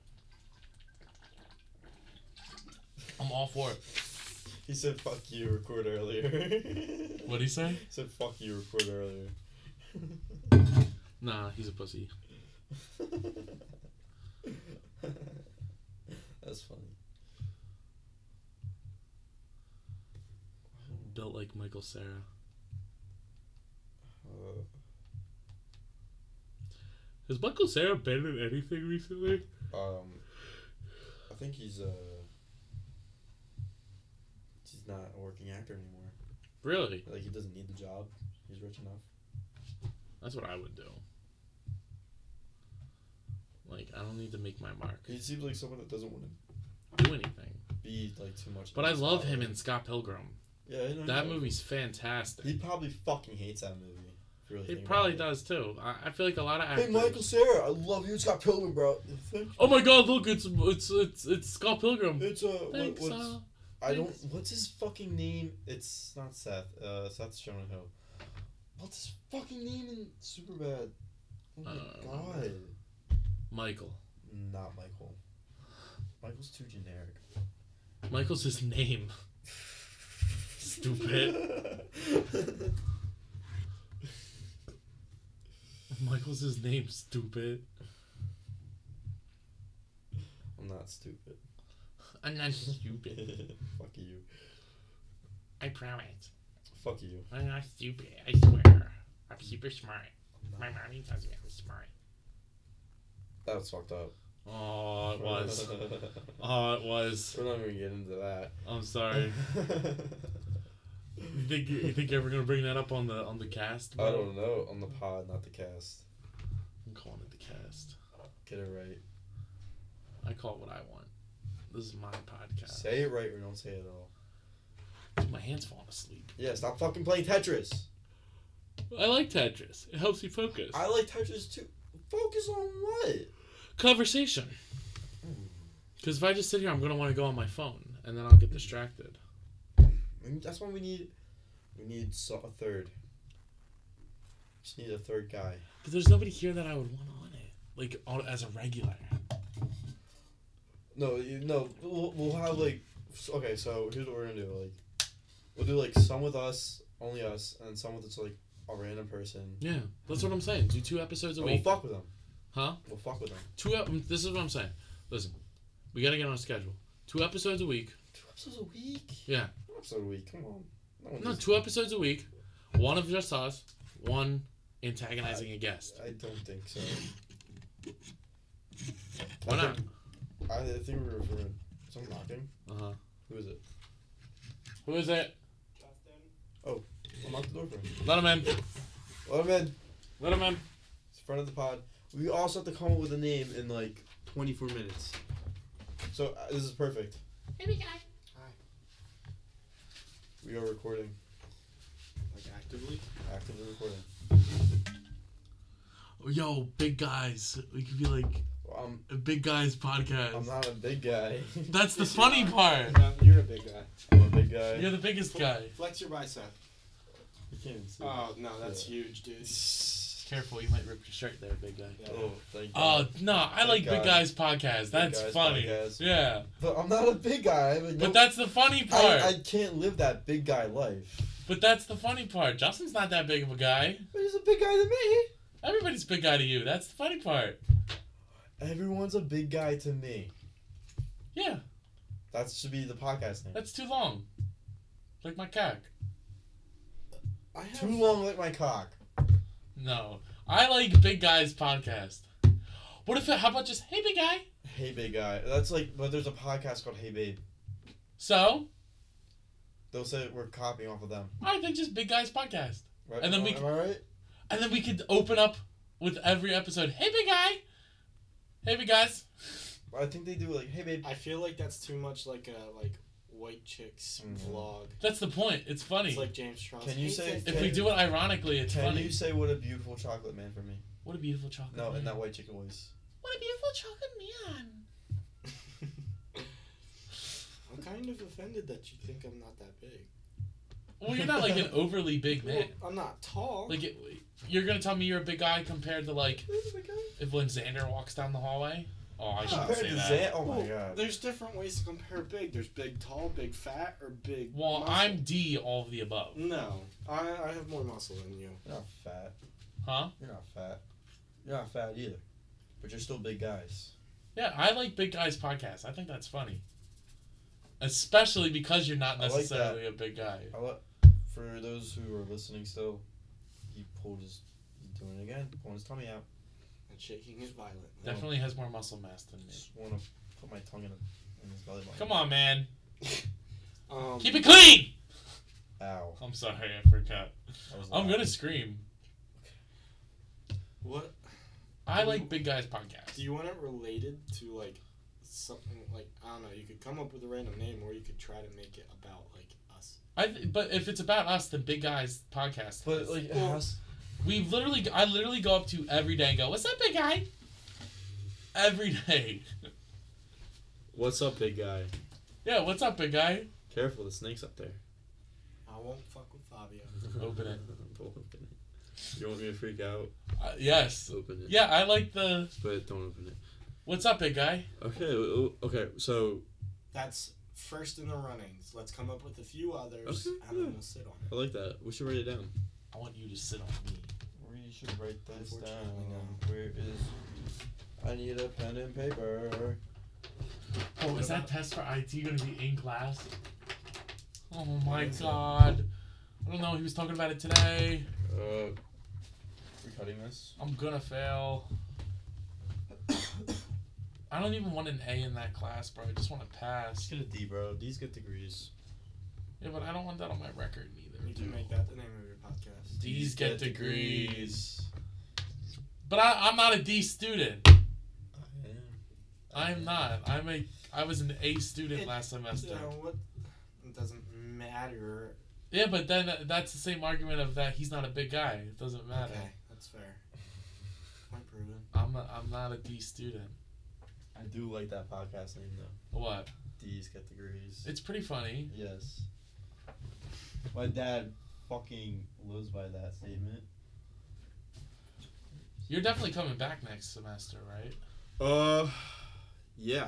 Speaker 5: I'm all for it.
Speaker 1: He said, "Fuck you." Record earlier.
Speaker 5: What do you say?
Speaker 1: He said, "Fuck you." Record earlier.
Speaker 2: Nah, he's a pussy.
Speaker 1: That's funny.
Speaker 2: Built like Michael Sarah.
Speaker 1: Uh,
Speaker 2: Has Michael Sarah been in anything recently?
Speaker 1: Um, I think he's uh, he's not a working actor anymore.
Speaker 2: Really?
Speaker 1: Like he doesn't need the job. He's rich enough.
Speaker 2: That's what I would do. Like I don't need to make my mark.
Speaker 1: He seems like someone that doesn't want to
Speaker 2: Do anything.
Speaker 1: be like too much.
Speaker 2: But I
Speaker 1: in the
Speaker 2: love him
Speaker 1: spotlight.
Speaker 2: in Scott Pilgrim.
Speaker 1: yeah, I know,
Speaker 2: That
Speaker 1: yeah.
Speaker 2: movie's fantastic.
Speaker 1: He probably fucking hates that movie. if you really
Speaker 2: It
Speaker 1: think
Speaker 2: probably
Speaker 1: about
Speaker 2: does too. I, I feel like a lot of
Speaker 1: it.
Speaker 2: actors.
Speaker 1: Hey, Michael Sarah, I love you. It's uh, got Pilgrim, bro. Thank you.
Speaker 2: Oh my God! Look, it's it's it's it's Scott Pilgrim.
Speaker 1: It's uh, what,
Speaker 2: Thanks.
Speaker 1: what's
Speaker 2: uh,
Speaker 1: I don't.
Speaker 2: thanks.
Speaker 1: What's his fucking name? It's not Seth. Uh, Seth Hill. What's his fucking name in Superbad? Oh my
Speaker 2: I don't
Speaker 1: god.
Speaker 2: remember. Michael.
Speaker 1: Not Michael. Michael's too generic.
Speaker 2: Michael's his name. Stupid. Michael's his name. Stupid.
Speaker 1: I'm not stupid.
Speaker 2: I'm not stupid.
Speaker 1: Fuck you.
Speaker 2: I promise.
Speaker 1: Fuck you.
Speaker 2: I'm not stupid. I swear. I'm super smart.
Speaker 1: I'm
Speaker 2: My
Speaker 1: not-
Speaker 2: mommy tells me I'm smart.
Speaker 1: That was fucked up.
Speaker 2: Oh, it was.
Speaker 1: We're
Speaker 2: Oh, it was.
Speaker 1: not even gonna get into that.
Speaker 2: I'm sorry. You think you think you're ever gonna bring that up on the on the cast?
Speaker 1: I
Speaker 2: bro?
Speaker 1: don't know. On the pod, not the cast.
Speaker 2: I'm calling it the cast.
Speaker 1: Get it right.
Speaker 2: I call it what I want. This is my podcast.
Speaker 1: Say it right or don't say it at all.
Speaker 2: Dude, my hand's falling asleep.
Speaker 1: Yeah, stop fucking playing Tetris.
Speaker 2: I like Tetris. It helps you focus.
Speaker 1: I like Tetris too. Focus on what?
Speaker 2: Conversation. Because if I just sit here, I'm gonna want to go on my phone, and then I'll get distracted.
Speaker 1: I mean, that's why we need we need so- a third. Just need a third guy.
Speaker 2: But there's nobody here that I would want on it, like on, as a regular.
Speaker 1: No, you, no. We'll, we'll have like s- okay. So here's what we're gonna do. Like we'll do like some with us, only us, and some with it's like a random person.
Speaker 2: Yeah, that's what I'm saying. Do two episodes a
Speaker 1: And we'll
Speaker 2: week,
Speaker 1: fuck with them.
Speaker 2: huh?
Speaker 1: We'll fuck with them.
Speaker 2: Two. Ep- mm, this is what I'm saying. Listen, we gotta get on a schedule. Two episodes a week.
Speaker 1: Two episodes a week.
Speaker 2: Yeah.
Speaker 1: One episode a week. Come on. No, one
Speaker 2: No,
Speaker 1: does-
Speaker 2: two episodes a week. One of just us. One antagonizing a guest.
Speaker 1: I don't think so.
Speaker 2: Why
Speaker 1: I
Speaker 2: not?
Speaker 1: think- I, I think we were referring. Someone knocking.
Speaker 2: Uh huh.
Speaker 1: Who is it?
Speaker 2: Who is it?
Speaker 1: I'll knock the door for him.
Speaker 2: Let him in.
Speaker 1: Let him in.
Speaker 2: Let him in.
Speaker 1: It's front of the pod. We also have to come up with a name in like 24 minutes. So uh, this is perfect.
Speaker 6: Baby guy.
Speaker 1: We are recording,
Speaker 7: Like actively?
Speaker 1: actively recording.
Speaker 2: Yo, big guys. We could be like
Speaker 1: Well, I'm
Speaker 2: a big guys podcast.
Speaker 1: I'm not a big guy.
Speaker 2: That's the funny part.
Speaker 7: You're a big guy.
Speaker 1: I'm a big guy.
Speaker 2: You're the biggest guy.
Speaker 7: Flex your bicep.
Speaker 1: You can't even see.
Speaker 7: Oh no, that's huge, dude.
Speaker 2: Careful, you might rip your shirt there, big guy.
Speaker 7: Yeah.
Speaker 1: Oh, thank you.
Speaker 2: Oh no, I
Speaker 1: Big
Speaker 2: like Big
Speaker 1: Guys.
Speaker 2: Guys podcast. That's
Speaker 1: Guys
Speaker 2: funny.
Speaker 1: podcast.
Speaker 2: Yeah,
Speaker 1: but I'm not a big guy. I mean, no-
Speaker 2: but that's the funny part.
Speaker 1: I, I can't live that big guy life.
Speaker 2: But that's the funny part. Justin's not that big of a guy.
Speaker 1: But he's a big guy to me.
Speaker 2: Everybody's a big guy to you. That's the funny part.
Speaker 1: Everyone's a big guy to me.
Speaker 2: Yeah,
Speaker 1: That should be the podcast name.
Speaker 2: that's too long. Like my cock.
Speaker 7: I have,
Speaker 1: Too long like my cock.
Speaker 2: No, I like Big Guys podcast. What if? It, how about just hey, big guy?
Speaker 1: Hey big guy. That's like but there's a podcast called Hey Babe.
Speaker 2: So
Speaker 1: They'll say we're copying off of them.
Speaker 2: all right, then just Big Guys podcast,
Speaker 1: Right?
Speaker 2: And then we
Speaker 1: am
Speaker 2: c-
Speaker 1: I right?
Speaker 2: and then we could open up with every episode. Hey, big guy. Hey, big guys.
Speaker 1: I think they do like, hey babe.
Speaker 7: I feel like that's too much like a like white chicks
Speaker 1: Mhm.
Speaker 7: vlog.
Speaker 2: That's the point. It's funny.
Speaker 7: It's like James Charles.
Speaker 1: Can you
Speaker 7: Hey,
Speaker 1: say-
Speaker 7: sis.
Speaker 2: If we do it ironically, it's
Speaker 1: Can
Speaker 2: funny.
Speaker 1: you say what a beautiful chocolate man for me?
Speaker 2: What a beautiful chocolate.
Speaker 1: No,
Speaker 2: man.
Speaker 1: in that white chicken voice.
Speaker 6: What a beautiful chocolate man.
Speaker 7: I'm kind of offended that you think I'm not that big.
Speaker 2: Well, you're not like an overly big man.
Speaker 7: Well, I'm not tall.
Speaker 2: Like, it, you're gonna tell me you're a big guy compared to like
Speaker 1: Oh my god.
Speaker 2: if when Xander walks down the hallway. Oh, I shouldn't
Speaker 1: Compared
Speaker 2: say
Speaker 1: to
Speaker 2: that.
Speaker 1: Zan- oh my
Speaker 7: Well,
Speaker 1: god.
Speaker 7: There's different ways to compare big. There's big tall, big fat, or big.
Speaker 2: well,
Speaker 7: muscle.
Speaker 2: I'm D, all of the above.
Speaker 7: No, I, I have more muscle than you.
Speaker 1: You're not fat.
Speaker 2: Huh?
Speaker 1: You're not fat. You're not fat either. But you're still big guys.
Speaker 2: Yeah, I like Big Guys podcast. I think that's funny. Especially because you're not
Speaker 1: I like that.
Speaker 2: necessarily a big guy.
Speaker 1: I let, for those who are listening still, he pulled his he's doing it again, pulling his tummy out.
Speaker 7: And shaking is violent.
Speaker 2: Definitely has more muscle mass than me.
Speaker 1: Just wanna put my tongue in, a, in his belly button.
Speaker 2: Come on, man.
Speaker 7: Um,
Speaker 2: Keep it clean.
Speaker 1: Ow.
Speaker 2: I'm sorry, I forgot.
Speaker 1: That was
Speaker 2: I'm
Speaker 1: loud.
Speaker 2: gonna scream.
Speaker 7: What
Speaker 2: I like Big Guys podcast.
Speaker 7: do you want it related to? Like something like I don't know. You could come up with a random name, or you could try to make it about like us.
Speaker 2: I th- but if it's about us, the Big Guys podcast.
Speaker 1: But
Speaker 2: is-
Speaker 1: like,
Speaker 7: Well-
Speaker 1: how's-
Speaker 2: we literally, I literally go up to every day and go, "What's up, Big Guy?" Every day.
Speaker 1: what's up, big guy?
Speaker 2: Yeah, what's up, Big Guy?
Speaker 1: Careful, the snake's up there.
Speaker 7: I won't fuck with Fabio.
Speaker 2: Open it.
Speaker 1: open it. You want me to freak out?
Speaker 2: Uh, yes.
Speaker 1: Open it.
Speaker 2: Yeah, I like the
Speaker 1: But don't open it.
Speaker 2: "What's up, Big Guy."
Speaker 1: Okay. o- Okay. So
Speaker 7: That's first in the runnings. Let's come up with a few others,
Speaker 1: Okay,
Speaker 7: and
Speaker 1: yeah.
Speaker 7: then we'll sit on it.
Speaker 1: I like that. We should write it down.
Speaker 2: I want you to sit on me.
Speaker 1: We should write this down.
Speaker 7: Unfortunately,
Speaker 1: Where is? I need a pen and paper.
Speaker 2: Oh, is that
Speaker 7: about-
Speaker 2: test for IT gonna be in class? Oh my
Speaker 1: is it?
Speaker 2: god. I don't know. He was talking about it today.
Speaker 1: Uh, we cutting this.
Speaker 2: I'm gonna fail. I don't even want an A in that class, bro. I just want to pass.
Speaker 1: get a D, bro. D's get degrees.
Speaker 2: Yeah, but I don't want that on my record
Speaker 7: You
Speaker 2: neither.
Speaker 7: can make that the name of your podcast.
Speaker 2: D's get degrees. But I, I'm not a D student.
Speaker 1: I am.
Speaker 2: I'm not. I'm a. I was an A student last semester.
Speaker 7: So what? It doesn't matter.
Speaker 2: Yeah, but then uh, that's the same argument of that he's not a big guy. It doesn't matter.
Speaker 7: Okay, that's fair. Point improving.
Speaker 2: I'm a, I'm not a D student.
Speaker 1: I do like that podcast name though.
Speaker 2: What?
Speaker 1: D's get degrees.
Speaker 2: It's pretty funny.
Speaker 1: Yes. My dad fucking lives by that statement.
Speaker 2: You're definitely coming back next semester, right?
Speaker 1: Uh, yeah.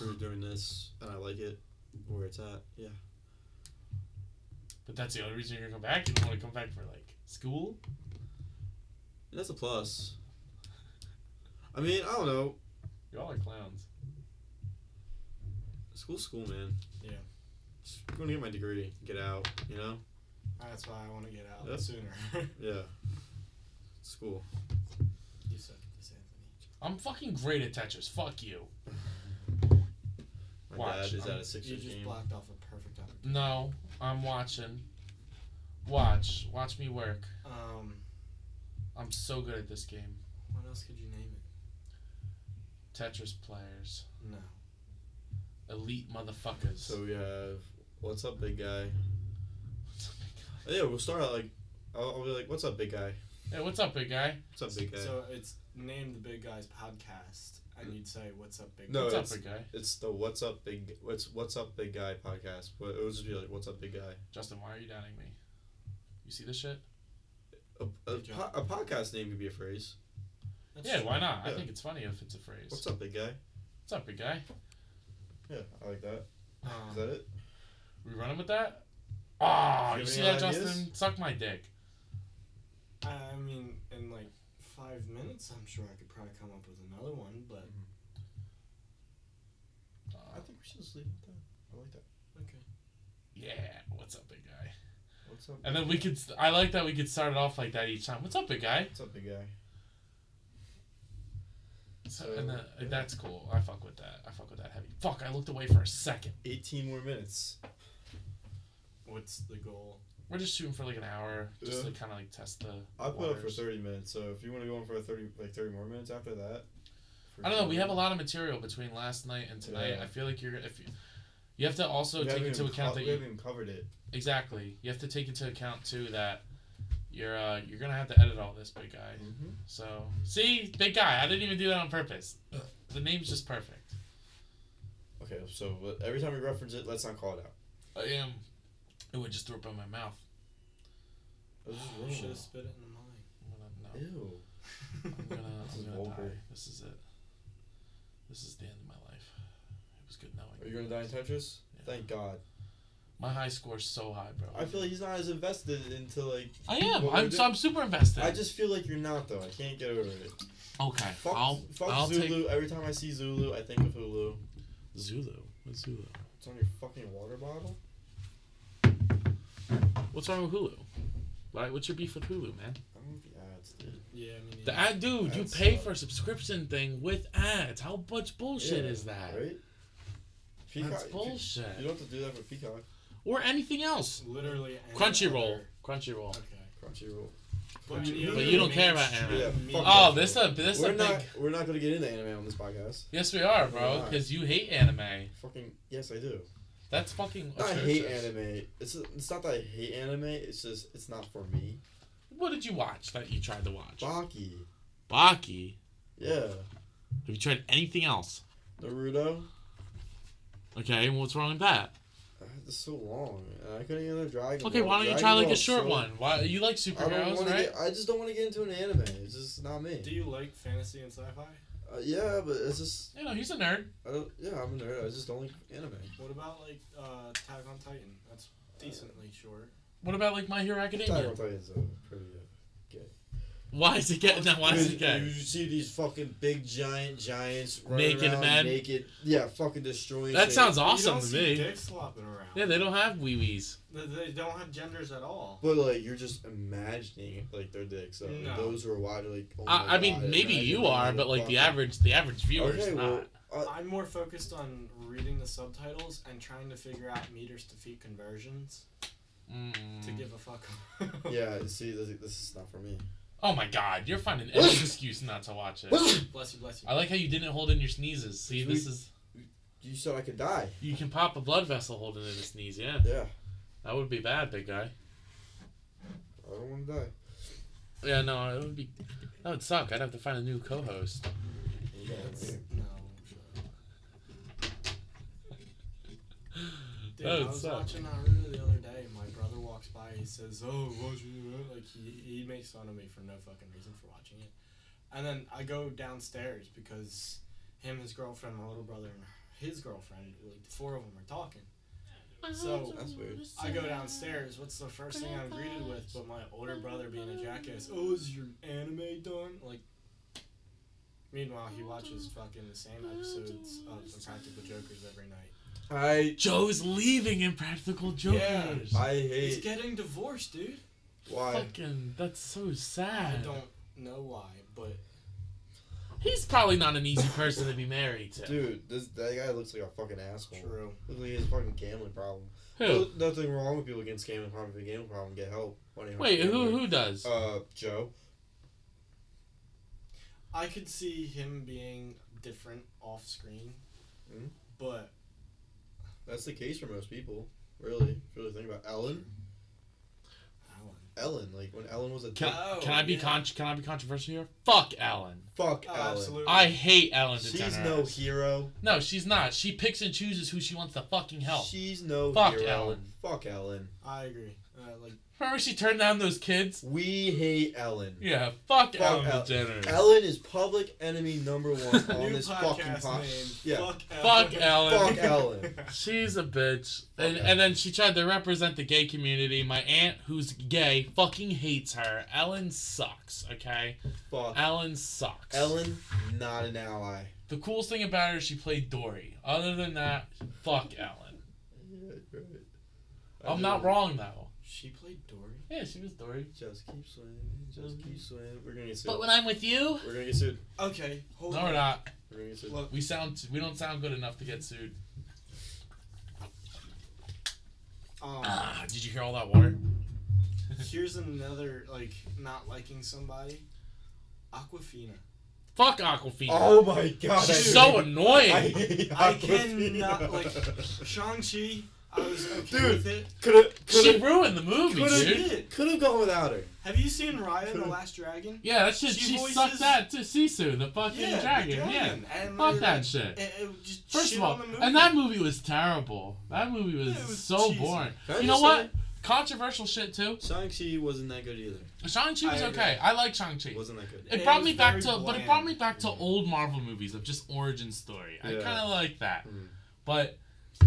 Speaker 1: We're doing this, and I like it where it's at. Yeah.
Speaker 2: But that's the only reason you're gonna come back. You don't want to come back for like school.
Speaker 1: That's a plus. I mean, I don't know.
Speaker 2: Y'all are clowns.
Speaker 1: School's school, man.
Speaker 7: Yeah.
Speaker 1: Just gonna get my degree, get out. You know.
Speaker 7: That's why I want to get out
Speaker 1: That's-
Speaker 7: sooner.
Speaker 1: Yeah. School.
Speaker 7: you suck at this, Anthony.
Speaker 2: I'm fucking great at Tetris. Fuck you.
Speaker 1: My
Speaker 2: Watch,
Speaker 1: dad is
Speaker 2: I'm-
Speaker 1: at a six
Speaker 7: You
Speaker 1: game.
Speaker 7: just blocked off a perfect opportunity.
Speaker 2: No, I'm watching. Watch, watch me work.
Speaker 7: Um,
Speaker 2: I'm so good at this game.
Speaker 7: what else could you name it?
Speaker 2: Tetris players,
Speaker 7: No.
Speaker 2: elite motherfuckers.
Speaker 1: So we have what's up, big guy. Uh, Yeah, we'll start out like I'll, I'll be like, what's up, big guy?
Speaker 2: hey, what's up, big guy?
Speaker 1: What's up, big guy?
Speaker 7: So it's named the Big Guys Podcast, and you'd say, "What's up, Big?"
Speaker 1: No,
Speaker 2: what's
Speaker 7: Guy?
Speaker 2: up,
Speaker 1: it's-
Speaker 2: big guy?
Speaker 1: it's the what's up, big. What's what's up, big guy podcast. But it would just be like, what's up, big guy?
Speaker 2: Justin, why are you doubting me? You see this shit?
Speaker 1: A, a,
Speaker 7: Good job.
Speaker 1: po- a podcast name could be a phrase.
Speaker 7: That's
Speaker 2: yeah,
Speaker 7: true.
Speaker 2: why not? I
Speaker 1: Yeah.
Speaker 2: think it's funny if it's a phrase.
Speaker 1: What's up, big guy?
Speaker 2: What's up, big guy?
Speaker 1: Yeah, I like that.
Speaker 7: Um,
Speaker 1: Is that it?
Speaker 2: We running with that?
Speaker 1: Do
Speaker 2: Ah, you
Speaker 1: you have
Speaker 2: see
Speaker 1: any
Speaker 2: that,
Speaker 1: ideas?
Speaker 2: Justin? Suck my dick.
Speaker 7: I I mean, in like five minutes, I'm sure I could probably come up with another one, but
Speaker 2: Uh,
Speaker 1: Um, think we should just leave it at that. I like that.
Speaker 7: okay.
Speaker 2: yeah, what's up, big guy?
Speaker 1: What's up?
Speaker 2: And
Speaker 1: big
Speaker 2: then we
Speaker 1: guy?
Speaker 2: could. I like that we could start it off like that each time. What's up, big guy?
Speaker 1: What's up, big guy?
Speaker 2: So,
Speaker 1: So,
Speaker 2: and the,
Speaker 1: yeah.
Speaker 2: that's cool. I fuck with that. I fuck with that heavy. Fuck, I looked away for a second.
Speaker 1: Eighteen more minutes.
Speaker 7: What's the goal?
Speaker 2: We're just shooting for like an hour, just
Speaker 1: Yeah.
Speaker 2: to kind of like test the.
Speaker 1: I put up for
Speaker 2: waters.
Speaker 1: thirty minutes. So if you want to go on for a thirty, like thirty more minutes after that. for
Speaker 2: I don't know.
Speaker 1: sure.
Speaker 2: We have a lot of material between last night and tonight.
Speaker 1: Yeah.
Speaker 2: I feel like you're if you, you have to also
Speaker 1: We
Speaker 2: take
Speaker 1: haven't
Speaker 2: into
Speaker 1: even
Speaker 2: account
Speaker 1: co-
Speaker 2: that
Speaker 1: we
Speaker 2: you
Speaker 1: haven't even covered it.
Speaker 2: exactly you have to take into account too that you're uh you're gonna have to edit all this big guy.
Speaker 1: Mm-hmm.
Speaker 2: So see, big guy. I didn't even do that on purpose.
Speaker 1: Uh.
Speaker 2: The name's just perfect.
Speaker 1: Okay, so but every time we reference it, let's not call it out.
Speaker 2: I am. It would just throw up in my mouth.
Speaker 1: This is
Speaker 7: You should
Speaker 1: wrong.
Speaker 7: have spit it into mine.
Speaker 2: I'm gonna, no.
Speaker 1: Ew.
Speaker 2: I'm gonna,
Speaker 1: This
Speaker 2: I'm
Speaker 1: is
Speaker 2: gonna
Speaker 1: vulgar.
Speaker 2: die. This is it. This is the end of my life. It was good knowing.
Speaker 1: Are you gonna die in Tetris?
Speaker 2: Yeah.
Speaker 1: Thank God.
Speaker 2: My high score's so high, bro.
Speaker 1: I feel like he's not as invested into like.
Speaker 2: I am.
Speaker 1: what we're
Speaker 2: I'm, so
Speaker 1: doing.
Speaker 2: I'm super invested.
Speaker 1: I just feel like you're not though. I can't get over it.
Speaker 2: okay.
Speaker 1: Fuck,
Speaker 2: I'll
Speaker 1: fuck
Speaker 2: I'll take
Speaker 1: Zulu. Every time I see Zulu, I think of Hulu.
Speaker 2: Zulu. What's Zulu?
Speaker 1: It's on your fucking water bottle.
Speaker 2: What's wrong with Hulu? Like, what's your beef with Hulu, man?
Speaker 1: I don't know if the ads did.
Speaker 7: Yeah, I mean.
Speaker 2: The ad, dude, you
Speaker 1: Ads
Speaker 2: pay
Speaker 1: suck.
Speaker 2: for a subscription thing with ads. How much bullshit
Speaker 1: Yeah,
Speaker 2: is that?
Speaker 1: Right? Peacock.
Speaker 2: That's
Speaker 1: you-
Speaker 2: bullshit.
Speaker 1: You don't have to do that for Peacock.
Speaker 2: Or anything else.
Speaker 7: Literally. any
Speaker 2: Crunchyroll.
Speaker 7: other-
Speaker 2: Crunchyroll.
Speaker 7: Okay.
Speaker 1: Crunchyroll.
Speaker 7: But,
Speaker 1: But
Speaker 2: you don't care about
Speaker 7: mainstream
Speaker 1: anime.
Speaker 7: media-
Speaker 2: Oh, this a this
Speaker 1: we're
Speaker 2: a
Speaker 1: not.
Speaker 2: big.
Speaker 1: We're not gonna get into anime on this podcast.
Speaker 2: Yes, we are, bro.
Speaker 1: not.
Speaker 2: Because you hate anime.
Speaker 1: Fucking yes, I do.
Speaker 2: That's fucking.
Speaker 1: I hate
Speaker 2: atrocious.
Speaker 1: anime. It's it's not that I hate anime. It's just it's not for me.
Speaker 2: What did you watch that you tried to watch?
Speaker 1: Baki.
Speaker 2: Baki.
Speaker 1: Yeah.
Speaker 2: Have you tried anything else?
Speaker 1: Naruto.
Speaker 2: Okay, and what's wrong with that?
Speaker 1: Ah, It's so long. and I couldn't get into Dragon.
Speaker 2: Okay,
Speaker 1: Ball.
Speaker 2: why don't you
Speaker 1: Dragon
Speaker 2: try like a
Speaker 1: Ball's
Speaker 2: short
Speaker 1: so-
Speaker 2: one? Why you like
Speaker 1: I don't
Speaker 2: superheroes,
Speaker 1: want
Speaker 2: right?
Speaker 1: to. I just don't want to get into an anime. It's just not
Speaker 7: Do
Speaker 1: me.
Speaker 7: you like fantasy and sci-fi?
Speaker 1: Uh, yeah, but it's just.
Speaker 2: You know, he's a nerd.
Speaker 1: I don't, yeah, I'm a nerd. I just don't like anime.
Speaker 7: What about like uh, Attack on Titan? That's decently short.
Speaker 2: What about like My Hero
Speaker 1: Attack on
Speaker 2: Academia?
Speaker 1: Titan's uh, pretty good.
Speaker 2: Why is it getting that? Why is it
Speaker 1: Dude,
Speaker 2: getting?
Speaker 1: You see these fucking big giant giants running
Speaker 2: Naked
Speaker 1: around,
Speaker 2: men?
Speaker 1: naked. Yeah, fucking destroying.
Speaker 2: That
Speaker 1: shit.
Speaker 2: sounds
Speaker 7: you
Speaker 2: awesome
Speaker 7: don't
Speaker 2: to
Speaker 7: see
Speaker 2: me.
Speaker 7: Dicks flopping around.
Speaker 2: Yeah, they don't have wee wees.
Speaker 7: They, they don't have genders at all.
Speaker 1: But like you're just imagining like their dicks. So like,
Speaker 7: No.
Speaker 1: those who are wide are like. Oh my
Speaker 2: I, I mean,
Speaker 1: God,
Speaker 2: maybe
Speaker 1: imagine
Speaker 2: you
Speaker 1: those
Speaker 2: are,
Speaker 1: little
Speaker 2: but like
Speaker 1: fucking-
Speaker 2: the average, the average viewer is
Speaker 1: Okay,
Speaker 2: not.
Speaker 1: well,
Speaker 7: I'm more focused on reading the subtitles and trying to figure out meters to feet conversions to
Speaker 2: Mm.
Speaker 7: give a fuck.
Speaker 1: uh, yeah. See, this, this is not for me.
Speaker 2: Oh my God, you're finding any excuse not to watch it.
Speaker 7: Bless you, bless you.
Speaker 2: I like how you didn't hold in your sneezes. See, this
Speaker 1: We-
Speaker 2: is
Speaker 1: you said I could die.
Speaker 2: you can pop a blood vessel holding in a sneeze. Yeah,
Speaker 1: Yeah,
Speaker 2: that would be bad, big guy.
Speaker 1: I don't want to die.
Speaker 2: Yeah, no, it would be. That would suck. I'd have to find a new co-host.
Speaker 7: Yeah, it's, no. Dude,
Speaker 2: That
Speaker 7: I
Speaker 2: would
Speaker 7: was
Speaker 2: suck.
Speaker 7: watching Naruto the other day. and My brother walks by. He says, "Oh, watching Naruto." Like he, he makes fun of me for no fucking reason for watching it. And then I go downstairs because him, his girlfriend, my little brother, and his girlfriend, like the four of them, are talking. So,
Speaker 1: That's weird.
Speaker 7: I go downstairs. What's the first thing I'm greeted with? But my older brother being a jackass. Oh, is your anime done? Like. Meanwhile, he watches fucking the same episodes of Impractical Jokers every night.
Speaker 1: I
Speaker 2: Joe's leaving Impractical Jokers.
Speaker 1: I
Speaker 7: He's
Speaker 1: hate
Speaker 7: getting divorced, dude.
Speaker 1: why
Speaker 2: Fucking, that's so
Speaker 7: I
Speaker 2: sad.
Speaker 7: don't know why, but
Speaker 2: He's probably not an easy person to be married to.
Speaker 1: dude this that guy looks like a fucking asshole.
Speaker 7: true.
Speaker 1: Looks like he has a fucking gambling problem.
Speaker 2: Who?
Speaker 1: There's Nothing wrong with people against gambling problem. If you gambling problem, get help. Why do you have
Speaker 2: Wait,
Speaker 1: to
Speaker 2: who
Speaker 1: gamble?
Speaker 2: who does?
Speaker 1: Uh, Joe.
Speaker 7: I could see him being different off screen,
Speaker 1: Mhm.
Speaker 7: but
Speaker 1: That's the case for most people. Really, if you really think about it. Ellen.
Speaker 7: Alan.
Speaker 1: Ellen, like when Ellen was a
Speaker 2: Can,
Speaker 7: Oh,
Speaker 2: can I be
Speaker 7: yeah.
Speaker 2: con- Can I be controversial here? Fuck Ellen.
Speaker 1: fuck
Speaker 7: Oh,
Speaker 1: Ellen.
Speaker 7: absolutely.
Speaker 2: I hate Ellen DeGeneres.
Speaker 1: She's no hero.
Speaker 2: No, she's not. She picks and chooses who she wants to fucking help.
Speaker 1: She's no
Speaker 2: Fuck
Speaker 1: hero.
Speaker 2: Ellen.
Speaker 1: Fuck Ellen.
Speaker 7: I agree. Uh, like
Speaker 2: Remember she turned down those kids?
Speaker 1: We hate Ellen.
Speaker 2: Yeah, fuck,
Speaker 1: Fuck
Speaker 2: Ellen
Speaker 1: Ellen.
Speaker 2: DeGeneres.
Speaker 1: Ellen is public enemy number one on
Speaker 7: new
Speaker 1: this fucking
Speaker 7: podcast
Speaker 1: podcast.
Speaker 7: name.
Speaker 1: Yeah.
Speaker 7: Fuck Alan.
Speaker 2: Fuck Ellen.
Speaker 1: Fuck Ellen.
Speaker 2: She's a bitch. And,
Speaker 1: Ellen.
Speaker 2: and then she tried to represent the gay community. My aunt, who's gay, fucking hates her. Ellen sucks, okay?
Speaker 1: Fuck
Speaker 2: Ellen sucks.
Speaker 1: Ellen. Not an ally.
Speaker 2: The coolest thing about her, is she played Dory. Other than that, fuck Ellen.
Speaker 1: Yeah, right.
Speaker 2: I'm not wrong, though.
Speaker 7: she played Dory.
Speaker 2: Yeah, she was Dory.
Speaker 1: Just keep swimming. Just keep swimming. We're gonna get sued.
Speaker 2: But when I'm with you.
Speaker 1: We're gonna get sued.
Speaker 7: Okay, hold
Speaker 2: No, we're
Speaker 7: on.
Speaker 2: not.
Speaker 1: We're gonna get sued.
Speaker 7: Look,
Speaker 2: We sound we don't sound good enough to get sued.
Speaker 7: um,
Speaker 2: Ah, did you hear all that water?
Speaker 7: here's another like not liking somebody. Aquafina.
Speaker 2: Fuck Aquafina.
Speaker 1: Oh my god. I
Speaker 2: She's
Speaker 1: hate-
Speaker 2: so annoying.
Speaker 1: I, hate
Speaker 7: I
Speaker 1: Aquafina.
Speaker 7: cannot, like- Shang Chi. I was okay
Speaker 1: Dude.
Speaker 7: with it.
Speaker 1: Could've,
Speaker 2: she
Speaker 1: could've,
Speaker 2: ruined the movie,
Speaker 1: could've-
Speaker 2: dude.
Speaker 7: Dude,
Speaker 1: could've gone without her.
Speaker 7: Have you seen Raya the Last Dragon?
Speaker 2: Yeah, that shit. She,
Speaker 7: She voices-
Speaker 2: sucked that to Sisu, the fucking
Speaker 7: the
Speaker 2: dragon.
Speaker 7: dragon. And
Speaker 2: Yeah,
Speaker 7: like,
Speaker 2: fuck that shit.
Speaker 7: It, it just
Speaker 2: First
Speaker 7: shit
Speaker 2: of all,
Speaker 7: on the movie.
Speaker 2: and that movie was terrible. That movie was,
Speaker 7: It was
Speaker 2: so
Speaker 7: cheesy.
Speaker 2: boring.
Speaker 1: Can I
Speaker 2: You know
Speaker 1: just
Speaker 2: what? Controversial shit too.
Speaker 1: say, Shang-Chi wasn't that good either.
Speaker 2: Shang Chi
Speaker 7: I
Speaker 2: was
Speaker 7: agree.
Speaker 2: okay. I like Shang Chi.
Speaker 1: Wasn't that good.
Speaker 2: It
Speaker 7: It
Speaker 2: brought
Speaker 7: was
Speaker 2: me back
Speaker 7: very
Speaker 2: to, but it
Speaker 7: bland.
Speaker 2: brought me back to old Marvel movies of just origin story. I
Speaker 1: Yeah.
Speaker 2: kind of like that.
Speaker 1: Mm.
Speaker 2: But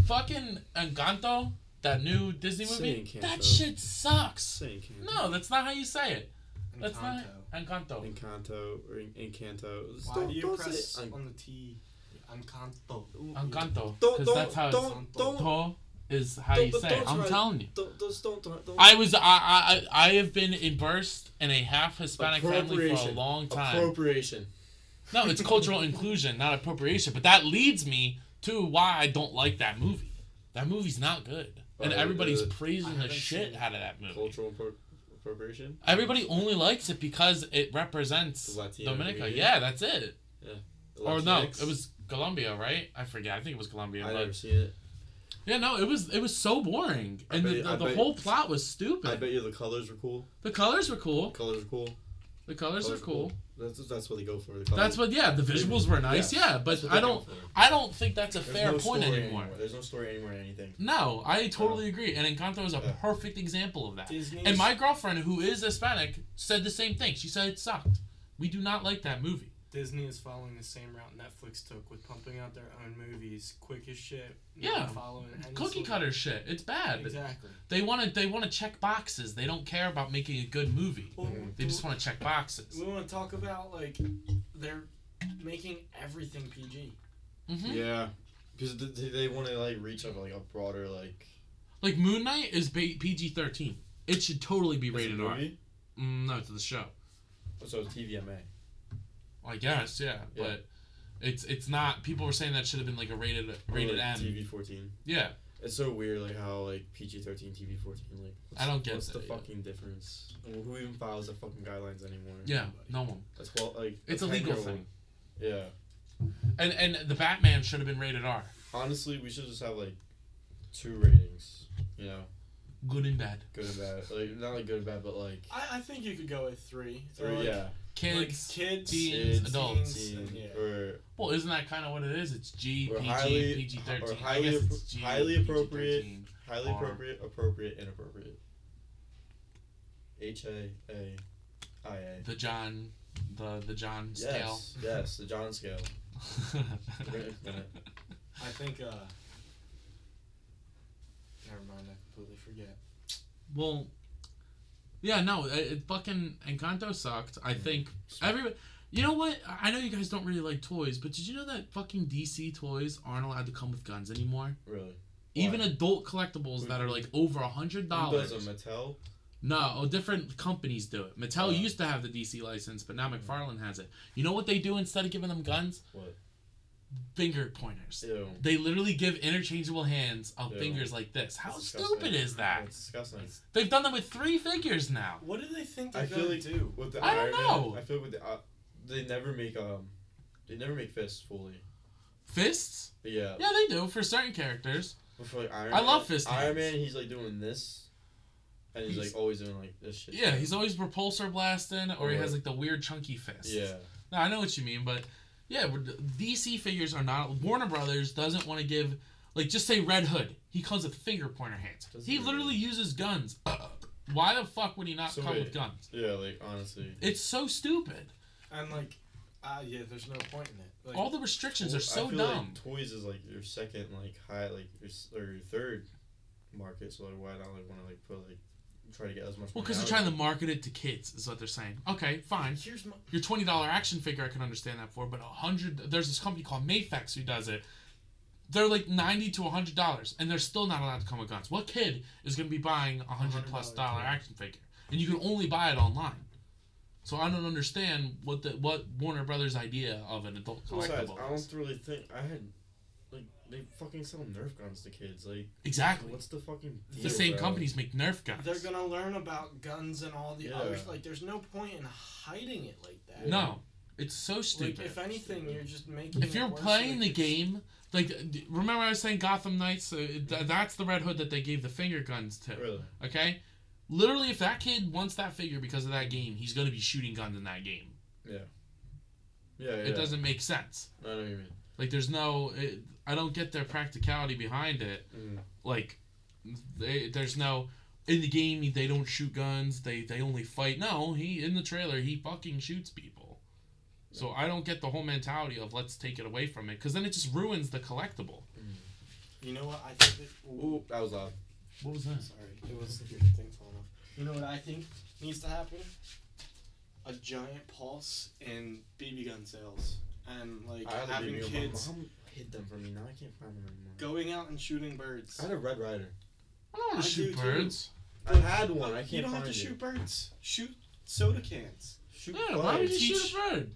Speaker 2: fucking Encanto, that new Disney movie,
Speaker 1: Say Encanto.
Speaker 2: that shit sucks.
Speaker 1: Saying Encanto.
Speaker 2: No, that's not how you say it. That's
Speaker 7: Encanto.
Speaker 2: not Encanto.
Speaker 1: Encanto or En- Encanto. Just
Speaker 7: Why
Speaker 1: don't,
Speaker 7: do you
Speaker 1: don't
Speaker 7: press
Speaker 1: say it.
Speaker 7: on the T? Encanto.
Speaker 1: Don't,
Speaker 2: Encanto. Because
Speaker 1: don't,
Speaker 2: that's how it's.
Speaker 1: don't, don't, don't,
Speaker 2: To is how
Speaker 1: Don't-
Speaker 2: you
Speaker 1: but
Speaker 2: say
Speaker 1: don't
Speaker 2: it. I'm
Speaker 1: try-
Speaker 2: telling you.
Speaker 1: don't, just don't, don't, don't.
Speaker 2: I was I I I I have been immersed in a half Hispanic family for a
Speaker 1: Appropriation.
Speaker 2: long time.
Speaker 1: Appropriation.
Speaker 2: no, it's cultural inclusion, not appropriation. But that leads me to why I don't like that movie. That movie's not good, and
Speaker 1: Right,
Speaker 2: everybody's
Speaker 1: uh,
Speaker 7: I
Speaker 2: praising the
Speaker 7: haven't
Speaker 2: shit
Speaker 7: seen
Speaker 2: out of that movie.
Speaker 1: Cultural appro- appropriation.
Speaker 2: Everybody only likes it because it represents
Speaker 1: The Latino
Speaker 2: Dominica.
Speaker 1: community?
Speaker 2: Yeah, that's it. Or no,
Speaker 1: Latinx.
Speaker 2: it was Colombia, right? I forget. I think it was Colombia.
Speaker 1: I
Speaker 2: but-
Speaker 1: never seen it.
Speaker 2: Yeah, no, it was it was so boring,
Speaker 1: I bet
Speaker 2: and the,
Speaker 1: you-
Speaker 2: the,
Speaker 1: I
Speaker 2: the
Speaker 1: bet-
Speaker 2: whole plot was
Speaker 1: I
Speaker 2: stupid.
Speaker 1: bet you the colors were cool.
Speaker 2: The colors were cool.
Speaker 1: Colors are cool.
Speaker 2: The colors were
Speaker 1: Colors are
Speaker 2: cool.
Speaker 1: That's that's what they go for. The
Speaker 2: That's
Speaker 1: colors.
Speaker 2: what. Yeah, the visuals were nice. Yeah,
Speaker 1: That's
Speaker 2: but
Speaker 1: what
Speaker 2: I
Speaker 1: they go
Speaker 2: don't.
Speaker 1: for.
Speaker 2: I don't think that's a
Speaker 1: There's
Speaker 2: fair
Speaker 1: no
Speaker 2: point
Speaker 1: story
Speaker 2: anymore.
Speaker 1: There's no story anymore in anything.
Speaker 2: No, I totally agree, and Encanto is a
Speaker 1: Yeah.
Speaker 2: perfect example of that.
Speaker 7: Disney.
Speaker 2: And my girlfriend, who is Hispanic, said the same thing. She said it sucked. We do not like that movie.
Speaker 7: Disney is following the same route Netflix took with pumping out their own movies, quick as shit. not
Speaker 2: Yeah.
Speaker 7: Following any
Speaker 2: Cookie
Speaker 7: sort of-
Speaker 2: cutter shit. It's bad.
Speaker 7: Exactly.
Speaker 2: They want to. They want to check boxes. They don't care about making a good movie.
Speaker 7: Well,
Speaker 2: They just want to check boxes.
Speaker 7: We want to talk about like they're making everything PG.
Speaker 2: hmm
Speaker 1: Yeah, because th- th- they want to like reach up like a broader like
Speaker 2: Like Moon Knight is ba- PG thirteen. It should totally be
Speaker 1: It's a
Speaker 2: rated R.
Speaker 1: movie?
Speaker 2: Mm, no, it's the show.
Speaker 1: Oh, So it's TVMA.
Speaker 2: I guess, yeah,
Speaker 1: Yeah.
Speaker 2: but it's it's not. People were saying that should have been like a rated rated
Speaker 1: Or, like,
Speaker 2: M.
Speaker 1: TV fourteen.
Speaker 2: Yeah,
Speaker 1: It's so weird like how like PG thirteen, TV fourteen. Like what's-
Speaker 2: I don't get
Speaker 1: what's the
Speaker 2: that, yeah.
Speaker 1: fucking difference. And who even follows the fucking guidelines anymore?
Speaker 2: yeah, no one.
Speaker 1: That's well like
Speaker 2: It's
Speaker 1: a
Speaker 2: a legal
Speaker 1: 10-year-old.
Speaker 2: thing.
Speaker 1: Yeah.
Speaker 2: And and the Batman should have been rated R.
Speaker 1: Honestly, we should just have like two ratings. You know,
Speaker 5: Good and bad.
Speaker 1: Good and bad. Like not like good and bad, but like
Speaker 7: I, I think you could go with three. Or,
Speaker 1: three.
Speaker 7: like,
Speaker 1: Oh, yeah.
Speaker 7: Like
Speaker 2: Kids.
Speaker 7: kids,
Speaker 2: teens,
Speaker 1: Kids,
Speaker 2: adults.
Speaker 7: teens, and- yeah.
Speaker 1: Or
Speaker 2: well, isn't that kind of what it is? It's G,
Speaker 1: Or
Speaker 2: PG,
Speaker 1: highly-
Speaker 2: PG
Speaker 1: or
Speaker 2: thirteen. I
Speaker 1: highly
Speaker 2: guess
Speaker 1: appro-
Speaker 2: it's G,
Speaker 1: highly
Speaker 2: PG-13.
Speaker 1: appropriate. highly
Speaker 2: Are-
Speaker 1: appropriate, appropriate, inappropriate. H A A I A.
Speaker 2: The John, the the John scale.
Speaker 1: Yes, yes, the John scale.
Speaker 7: I think. uh Never mind. I completely forget.
Speaker 2: well, yeah, no, it, it fucking Encanto sucked. I
Speaker 1: Mhm.
Speaker 2: think everybody. You know what? I I know you guys don't really like toys, but did you know that fucking DC toys aren't allowed to come with guns anymore?
Speaker 1: Really.
Speaker 2: Even adult collectibles that are like over a hundred
Speaker 1: Who does a
Speaker 2: dollars.
Speaker 1: Mattel?
Speaker 2: No, oh, different companies do it. Mattel
Speaker 1: Oh.
Speaker 2: used to have the DC license, but now McFarlane has it. You know what they do instead of giving them guns?
Speaker 1: What?
Speaker 2: Finger pointers.
Speaker 1: Ew.
Speaker 2: They literally give interchangeable hands of
Speaker 1: Ew.
Speaker 2: fingers like this. How
Speaker 1: That's
Speaker 2: stupid
Speaker 1: disgusting.
Speaker 2: is that?
Speaker 1: That's disgusting.
Speaker 2: They've done that with three figures now.
Speaker 7: What do they think they're
Speaker 1: I feel
Speaker 7: gonna
Speaker 1: like
Speaker 7: do?
Speaker 1: with the
Speaker 2: I don't
Speaker 1: Iron Man,
Speaker 2: know.
Speaker 1: I feel with the uh, they never make um they never make fists fully.
Speaker 2: Fists?
Speaker 1: But yeah.
Speaker 2: Yeah, they do for certain characters.
Speaker 1: But for like Iron
Speaker 2: I
Speaker 1: Man,
Speaker 2: love fist
Speaker 1: Iron
Speaker 2: hands.
Speaker 1: Man, he's like doing this, and he's,
Speaker 2: He's-
Speaker 1: like always doing like this shit.
Speaker 2: Yeah, he's always repulsor blasting, or he
Speaker 1: Or-
Speaker 2: has like the weird chunky fists.
Speaker 1: yeah.
Speaker 2: No, I know what you mean, but yeah, we're- DC figures are not. Warner Brothers doesn't want to give, like, just say Red Hood. He comes with finger pointer hands.
Speaker 1: Doesn't
Speaker 2: he
Speaker 1: he
Speaker 2: literally uses guns. Why the fuck would he not
Speaker 1: So
Speaker 2: come with
Speaker 1: wait.
Speaker 2: guns?
Speaker 1: Yeah, like honestly.
Speaker 2: It's so stupid.
Speaker 7: And like, ah, yeah. There's no point in it. Like,
Speaker 2: All the restrictions are
Speaker 1: I
Speaker 2: so
Speaker 1: feel
Speaker 2: dumb.
Speaker 1: Like toys is like your second, like high, like your s- or your third market. So like, why not like want to like put like try to get as much?
Speaker 2: Well,
Speaker 1: money
Speaker 2: because they're
Speaker 1: out
Speaker 2: trying
Speaker 1: of
Speaker 2: to
Speaker 1: it.
Speaker 2: market it to kids, is what they're saying. Okay, fine.
Speaker 7: Here's my.
Speaker 2: Your twenty dollar action figure, I can understand that for, but a hundred. There's this company called Mayfex who does it. They're like ninety to hundred dollars, and they're still not allowed to come with guns. What kid is going to be buying a hundred plus
Speaker 7: $100
Speaker 2: dollar
Speaker 7: toy.
Speaker 2: action figure? And you can only buy it online. So I don't understand what the what Warner Brothers' idea of an adult
Speaker 1: Besides,
Speaker 2: collectible
Speaker 1: I
Speaker 2: is.
Speaker 1: don't really think I had. Like they fucking sell Nerf guns to kids. Like,
Speaker 2: Exactly.
Speaker 1: what's the fucking?
Speaker 2: The
Speaker 1: deal,
Speaker 2: same
Speaker 1: bro?
Speaker 2: companies make Nerf guns.
Speaker 7: They're gonna learn about guns and all the
Speaker 1: Yeah.
Speaker 7: others. Like, there's no point in hiding it like that.
Speaker 2: No, it's so
Speaker 7: Like,
Speaker 2: stupid.
Speaker 7: if anything, you're just making.
Speaker 2: if
Speaker 7: it
Speaker 2: you're
Speaker 7: worse,
Speaker 2: playing the
Speaker 7: like, it's-
Speaker 2: game, like d- remember I was saying Gotham Knights, uh, th- that's the Red Hood that they gave the finger guns to.
Speaker 1: Really?
Speaker 2: Okay, literally, if that kid wants that figure because of that game, he's gonna be shooting guns in that game.
Speaker 1: Yeah, yeah.
Speaker 2: It doesn't make sense.
Speaker 1: I know what you mean.
Speaker 2: Like, there's no, it, I don't get their practicality behind it.
Speaker 1: Mm.
Speaker 2: Like, they, there's no. In the game, they don't shoot guns. They they only fight. No, he in the trailer he fucking shoots people. So I don't get the whole mentality of let's take it away from it because then it just ruins the collectible.
Speaker 7: You know what I think? That,
Speaker 1: Ooh, that was loud.
Speaker 2: What was that?
Speaker 7: Sorry, it was the thing falling off. You know what I think needs to happen? A giant pulse in BB gun sales and like
Speaker 1: I had a
Speaker 7: having
Speaker 1: BB gun.
Speaker 7: kids
Speaker 1: My mom hid them from me. Now I can't find them anymore.
Speaker 7: going out and shooting birds.
Speaker 1: I had a Red Rider.
Speaker 2: I don't want
Speaker 7: I
Speaker 2: to shoot
Speaker 7: do too.
Speaker 2: birds.
Speaker 1: I had one. I can't
Speaker 7: you don't have
Speaker 1: find
Speaker 7: to
Speaker 1: it.
Speaker 7: shoot birds. Shoot soda cans.
Speaker 1: Shoot
Speaker 2: Yeah, why would you
Speaker 1: bugs.
Speaker 2: shoot a bird?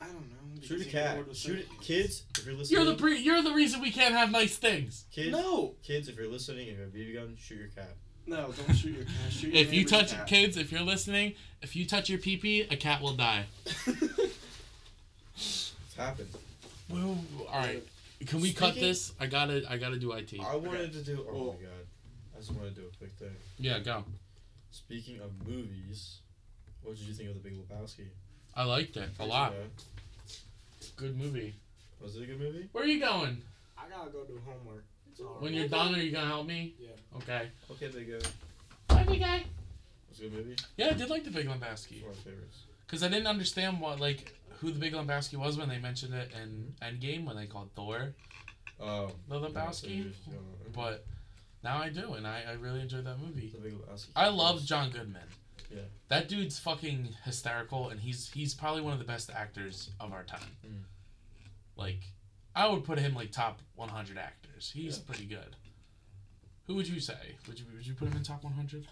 Speaker 7: I don't know. because
Speaker 1: Shoot a
Speaker 7: you get
Speaker 1: cat.
Speaker 7: bored with
Speaker 1: Shoot
Speaker 7: soda
Speaker 1: it.
Speaker 7: cans.
Speaker 1: Kids, if you're listening.
Speaker 2: You're the pre- you're the reason we can't have nice things.
Speaker 1: kids,
Speaker 7: No,
Speaker 1: kids, if you're listening, if you have a BB gun, shoot your cat.
Speaker 7: no, don't shoot your cat. Shoot your
Speaker 2: If you
Speaker 7: neighbor's
Speaker 2: touch
Speaker 7: cat.
Speaker 2: kids, if you're listening, if you touch your pee pee, a cat will die.
Speaker 1: It's happened.
Speaker 2: Well, all right. Can we cut
Speaker 1: Speaking-
Speaker 2: this? I gotta I gotta do IT.
Speaker 1: I wanted to do. Oh
Speaker 7: Well-
Speaker 1: my god. I just want to do a quick thing.
Speaker 2: Yeah, go.
Speaker 1: Speaking of movies, what did you think of The Big Lebowski?
Speaker 2: I liked it a lot.
Speaker 1: Yeah.
Speaker 2: Good movie.
Speaker 1: Was it a good movie?
Speaker 2: Where are you going?
Speaker 7: I gotta go do homework. Sorry.
Speaker 2: When you're done, are you gonna help me?
Speaker 7: Yeah.
Speaker 2: Okay.
Speaker 1: Okay, big guy. It
Speaker 6: Bye, big guy.
Speaker 1: was a good movie.
Speaker 2: Yeah, I did like the Big
Speaker 1: It's
Speaker 2: Lebowski
Speaker 1: one of my favorites.
Speaker 2: because I didn't understand what like who the Big Lebowski was when they mentioned it in
Speaker 7: Mm-hmm.
Speaker 2: Endgame when they called Thor
Speaker 1: Um,
Speaker 2: the
Speaker 1: yeah,
Speaker 2: Lebowski.
Speaker 1: so yours is going on.
Speaker 2: but now I do, and I, I really enjoyed that movie.
Speaker 1: The Big Lebowski.
Speaker 2: I love John Goodman.
Speaker 1: Yeah.
Speaker 2: That dude's fucking hysterical, and he's he's probably one of the best actors of our time.
Speaker 1: Mm.
Speaker 2: Like, I would put him like top 100 actors. He's
Speaker 1: Yeah.
Speaker 2: pretty good. Who would you say? Would you would you put him in top 100?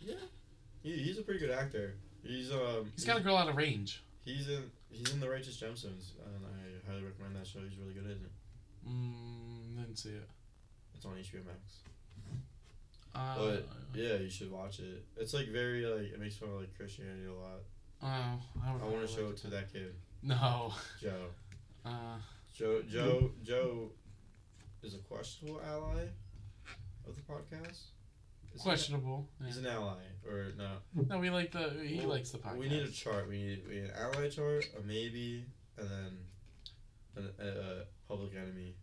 Speaker 1: Yeah. He, he's a pretty good actor. He's um.
Speaker 2: He's got a girl out of range.
Speaker 1: He's in he's in the Righteous Gemstones, and I highly recommend that show. He's really good at it.
Speaker 2: Mm, didn't see it.
Speaker 1: It's on HBO Max.
Speaker 2: Oh. Uh,
Speaker 1: But yeah, you should watch it. It's like very like it makes fun of like Christianity a lot.
Speaker 2: oh, I,
Speaker 1: I
Speaker 2: really
Speaker 1: want to show
Speaker 2: like
Speaker 1: it to that kid,
Speaker 2: No.
Speaker 1: Joe.
Speaker 2: Uh,
Speaker 1: Joe Joe Joe is a questionable ally of the podcast. Is It,
Speaker 2: Questionable.
Speaker 1: he's
Speaker 2: Yeah.
Speaker 1: an ally or no?
Speaker 2: No, we like the. He
Speaker 1: Well,
Speaker 2: likes the podcast.
Speaker 1: We need a chart. We need we need an ally chart, a maybe, and then an, a, a public enemy.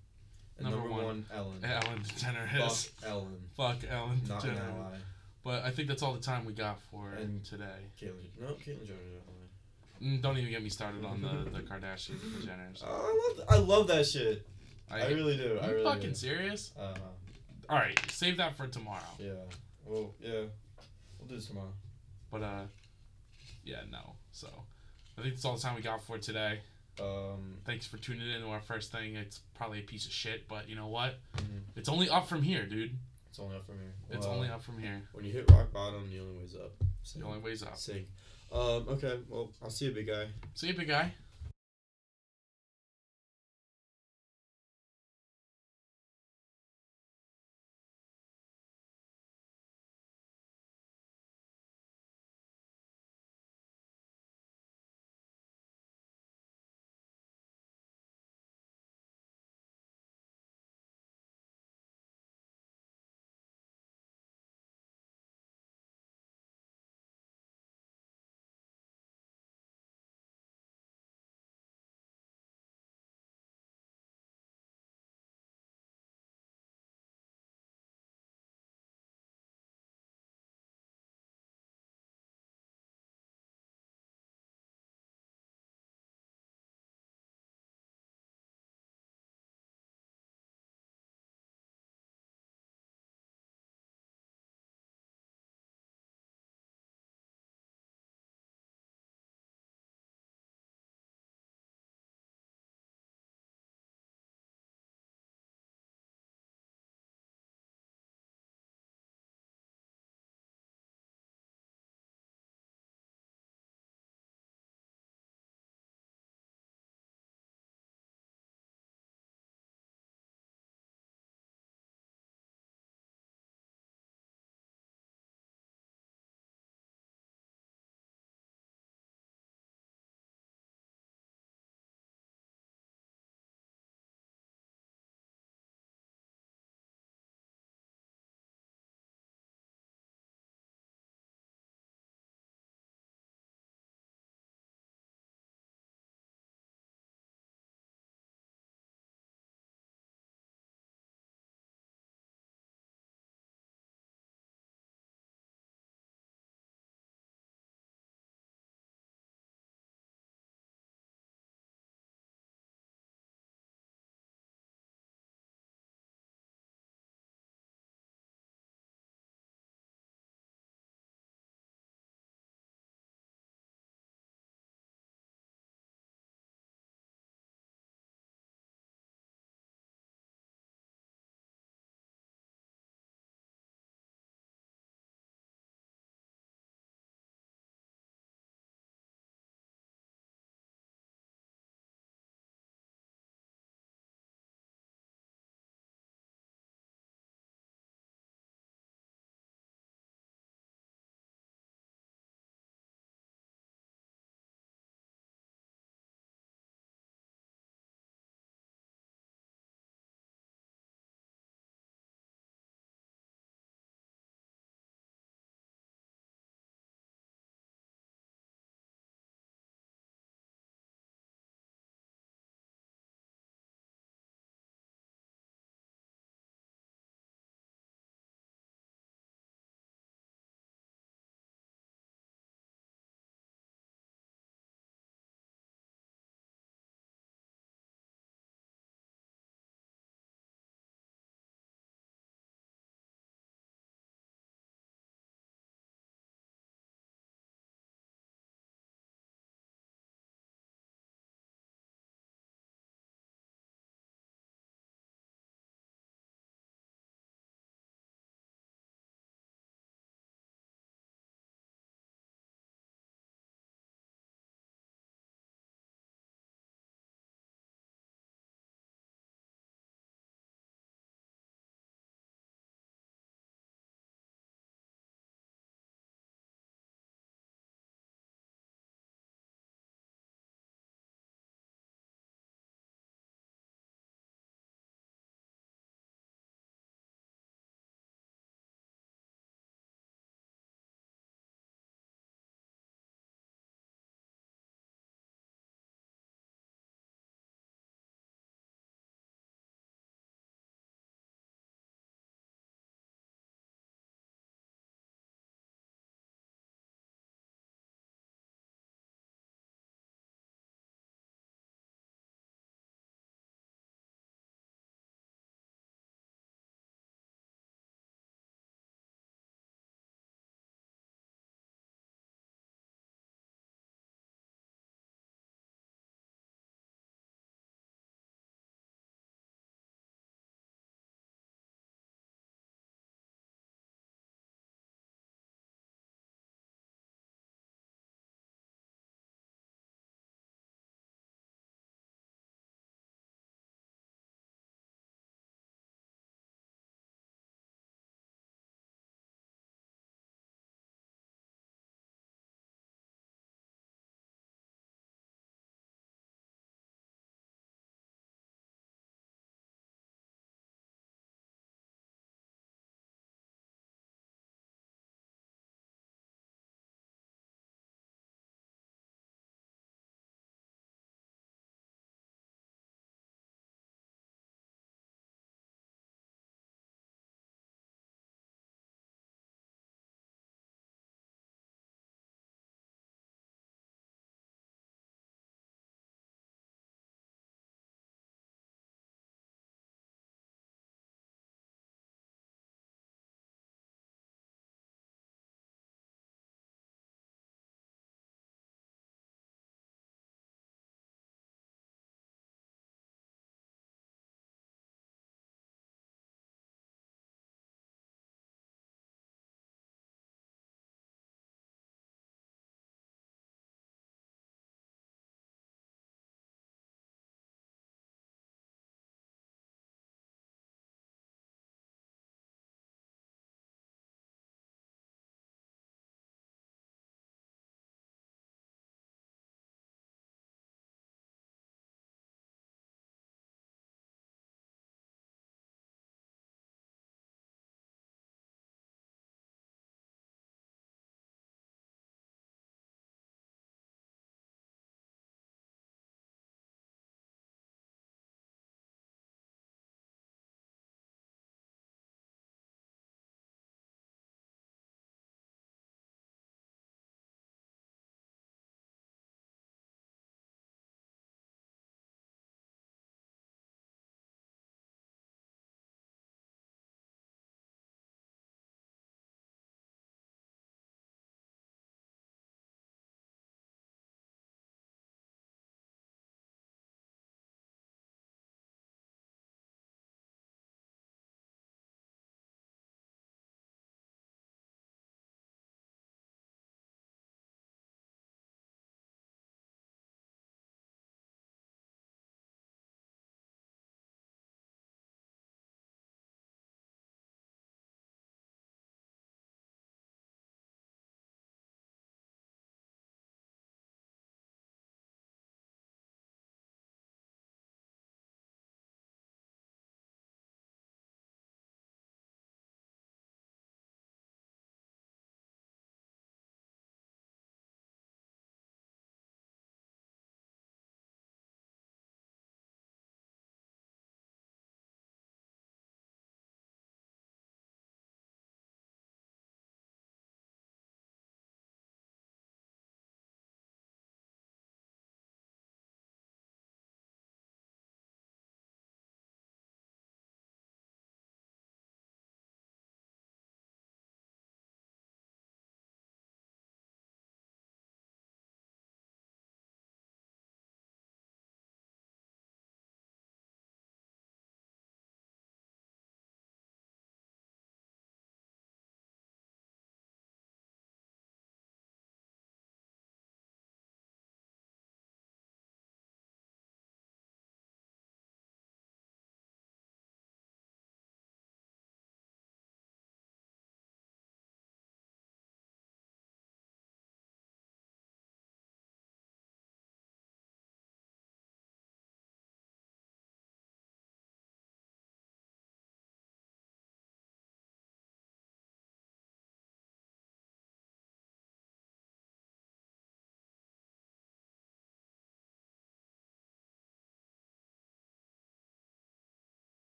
Speaker 1: And
Speaker 2: Number
Speaker 1: number,
Speaker 2: one.
Speaker 1: one, Ellen.
Speaker 2: Ellen DeGeneres.
Speaker 1: Fuck Ellen,
Speaker 2: Fuck, Ellen
Speaker 1: not an
Speaker 2: DeGeneres.
Speaker 1: ally.
Speaker 2: But I think that's all the time we got for
Speaker 1: And-
Speaker 2: today.
Speaker 1: Caitlyn, no, Caitlyn Jenner's an ally.
Speaker 2: Mm, Don't even get me started on the the Kardashians and Jenners.
Speaker 1: Oh, I love, I love that shit. I,
Speaker 2: I,
Speaker 1: really do. I
Speaker 2: you
Speaker 1: really
Speaker 2: fucking
Speaker 1: do.
Speaker 2: serious?
Speaker 1: Uh,
Speaker 2: All right, save that for tomorrow.
Speaker 1: yeah. Well, yeah. We'll do this tomorrow.
Speaker 2: But uh, yeah, no. So I think that's all the time we got for today.
Speaker 1: Um,
Speaker 2: Thanks for tuning in to our first thing. It's probably a piece of shit, but you know what?
Speaker 1: mhm.
Speaker 2: It's only up from here, dude.
Speaker 1: it's only up from here.
Speaker 2: It's
Speaker 1: Well,
Speaker 2: only up from here.
Speaker 1: When you hit rock bottom, the only way's up.
Speaker 2: The
Speaker 1: Sing.
Speaker 2: only way's up.
Speaker 1: Sing. Um, okay. Well, I'll see you, big guy.
Speaker 2: See you, big guy.